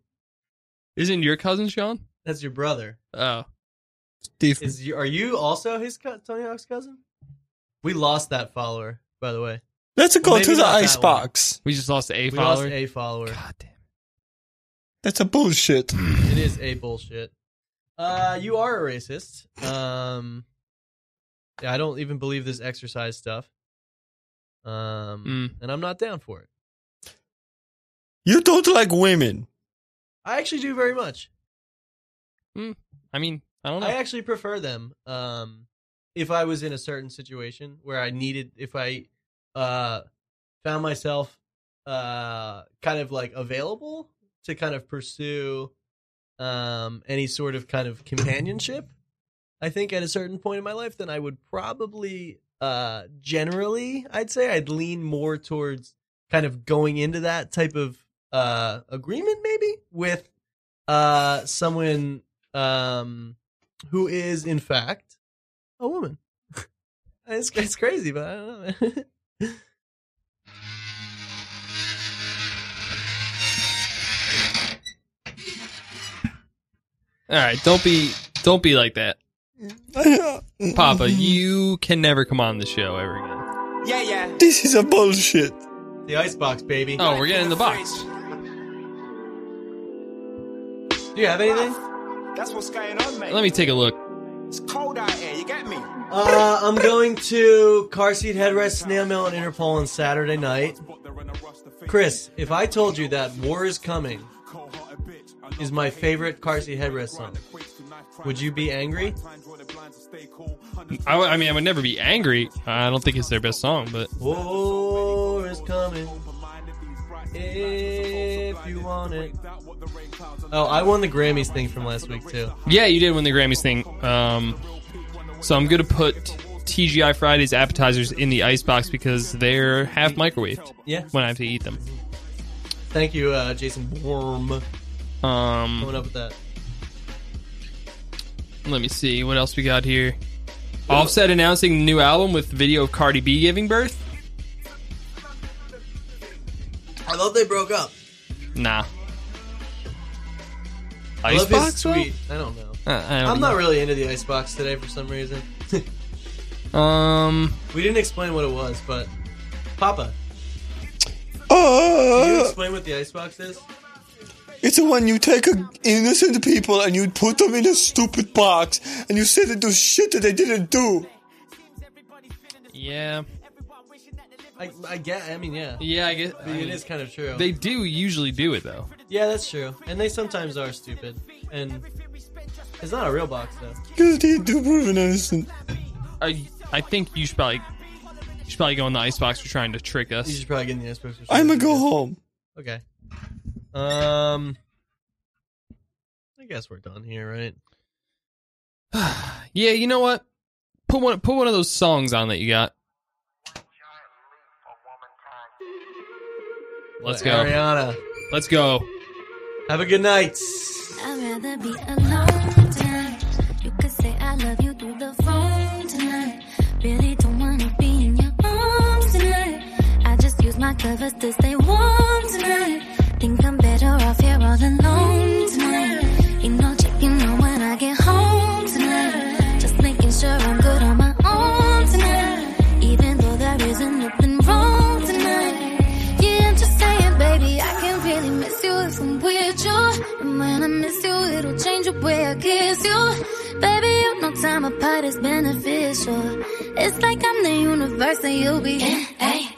Speaker 4: isn't your cousin Sean?
Speaker 3: That's your brother.
Speaker 4: Oh,
Speaker 5: Different.
Speaker 3: Is you, are you also his co- Tony Hawk's cousin? We lost that follower, by the way.
Speaker 5: Let's go
Speaker 3: Well, maybe
Speaker 5: to the
Speaker 3: not that one.
Speaker 5: icebox.
Speaker 4: we just lost a
Speaker 3: we
Speaker 4: follower.
Speaker 3: lost a follower.
Speaker 4: God damn.
Speaker 9: That's a bullshit.
Speaker 3: It is a bullshit. Uh, you are a racist. Um, yeah, I don't even believe this exercise stuff.
Speaker 4: Mm. Hmm,
Speaker 3: Um, and I'm not down for it.
Speaker 9: You don't like women.
Speaker 3: I actually do very much.
Speaker 4: I mean, I don't know.
Speaker 3: I actually prefer them. Um, if I was in a certain situation where I needed, if I uh, found myself uh, kind of like available to kind of pursue um, any sort of kind of companionship, I think at a certain point in my life, then I would probably uh, generally, I'd say I'd lean more towards kind of going into that type of uh, agreement, maybe with uh, someone um, who is in fact a woman. it's, it's crazy, but I don't know.
Speaker 4: All right, don't be don't be like that, Papa. You can never come on the show ever again.
Speaker 7: Yeah, yeah.
Speaker 9: This is a bullshit.
Speaker 3: the icebox, baby.
Speaker 4: Oh, we're getting in the box.
Speaker 3: Do you have anything?
Speaker 6: That's what's going on, mate.
Speaker 4: Let me take a look.
Speaker 6: It's cold out here, you get me?
Speaker 3: Uh, I'm going to car seat headrest, snail mail, and Interpol on Saturday night. Chris, if I told you that War is Coming is my favorite car seat headrest song, would you be angry?
Speaker 4: I, I mean, I would never be angry. I don't think it's their best song, but
Speaker 3: War is coming. If you want it. Oh, I won the Grammys thing from last week, too.
Speaker 4: yeah, you did win the Grammys thing. Um, so I'm gonna put TGI Fridays appetizers in the icebox because they're half microwaved
Speaker 3: Yeah.
Speaker 4: when I have to eat them.
Speaker 3: Thank you, uh, Jason Worm,
Speaker 4: Um,
Speaker 3: coming up with that.
Speaker 4: Let me see what else we got here. Offset announcing the new album with video of Cardi B giving birth.
Speaker 3: I love they broke up.
Speaker 4: Nah.
Speaker 3: I love his
Speaker 4: Icebox, though?
Speaker 3: tweet. I don't know.
Speaker 4: Uh, I don't
Speaker 3: I'm
Speaker 4: know.
Speaker 3: not really into the icebox today for some reason.
Speaker 4: Um,
Speaker 3: we didn't explain what it was, but Papa, can you
Speaker 9: Uh,
Speaker 3: explain what the icebox is?
Speaker 9: it's the one you take a innocent people and you put them in a stupid box and you say they do shit that they didn't do.
Speaker 4: yeah,
Speaker 3: I, I get. I mean, yeah,
Speaker 4: yeah, I guess I
Speaker 3: it
Speaker 4: mean,
Speaker 3: is kind of true.
Speaker 4: They do usually do it though.
Speaker 3: yeah, that's true, and they sometimes are stupid, and it's not a real box though.
Speaker 9: Guilty to proven innocent.
Speaker 4: I I think you should probably you should probably go in the icebox for trying to trick us.
Speaker 3: You should probably get in the icebox. for sure.
Speaker 9: I'ma go home.
Speaker 3: Okay. Um, I guess we're done here, right?
Speaker 4: Yeah, you know what? Put one put one of those songs on that you got. Let's go.
Speaker 3: Ariana.
Speaker 4: Let's go.
Speaker 3: Have a good night.
Speaker 10: I'd rather be alone tonight. You could say I love you through the phone tonight. Really don't wanna be in your arms tonight. I just use my covers to stay warm tonight. Think I'm better off here all alone tonight. Ain't no checking on when I get home tonight. Just making sure I'm good on my own tonight. Even though there isn't nothing wrong tonight. Yeah, I'm just saying, baby, I can really miss you if I'm with you. And when I miss you, it'll change the way I kiss you. Baby, you know time apart is beneficial. It's like I'm the universe and you'll be in a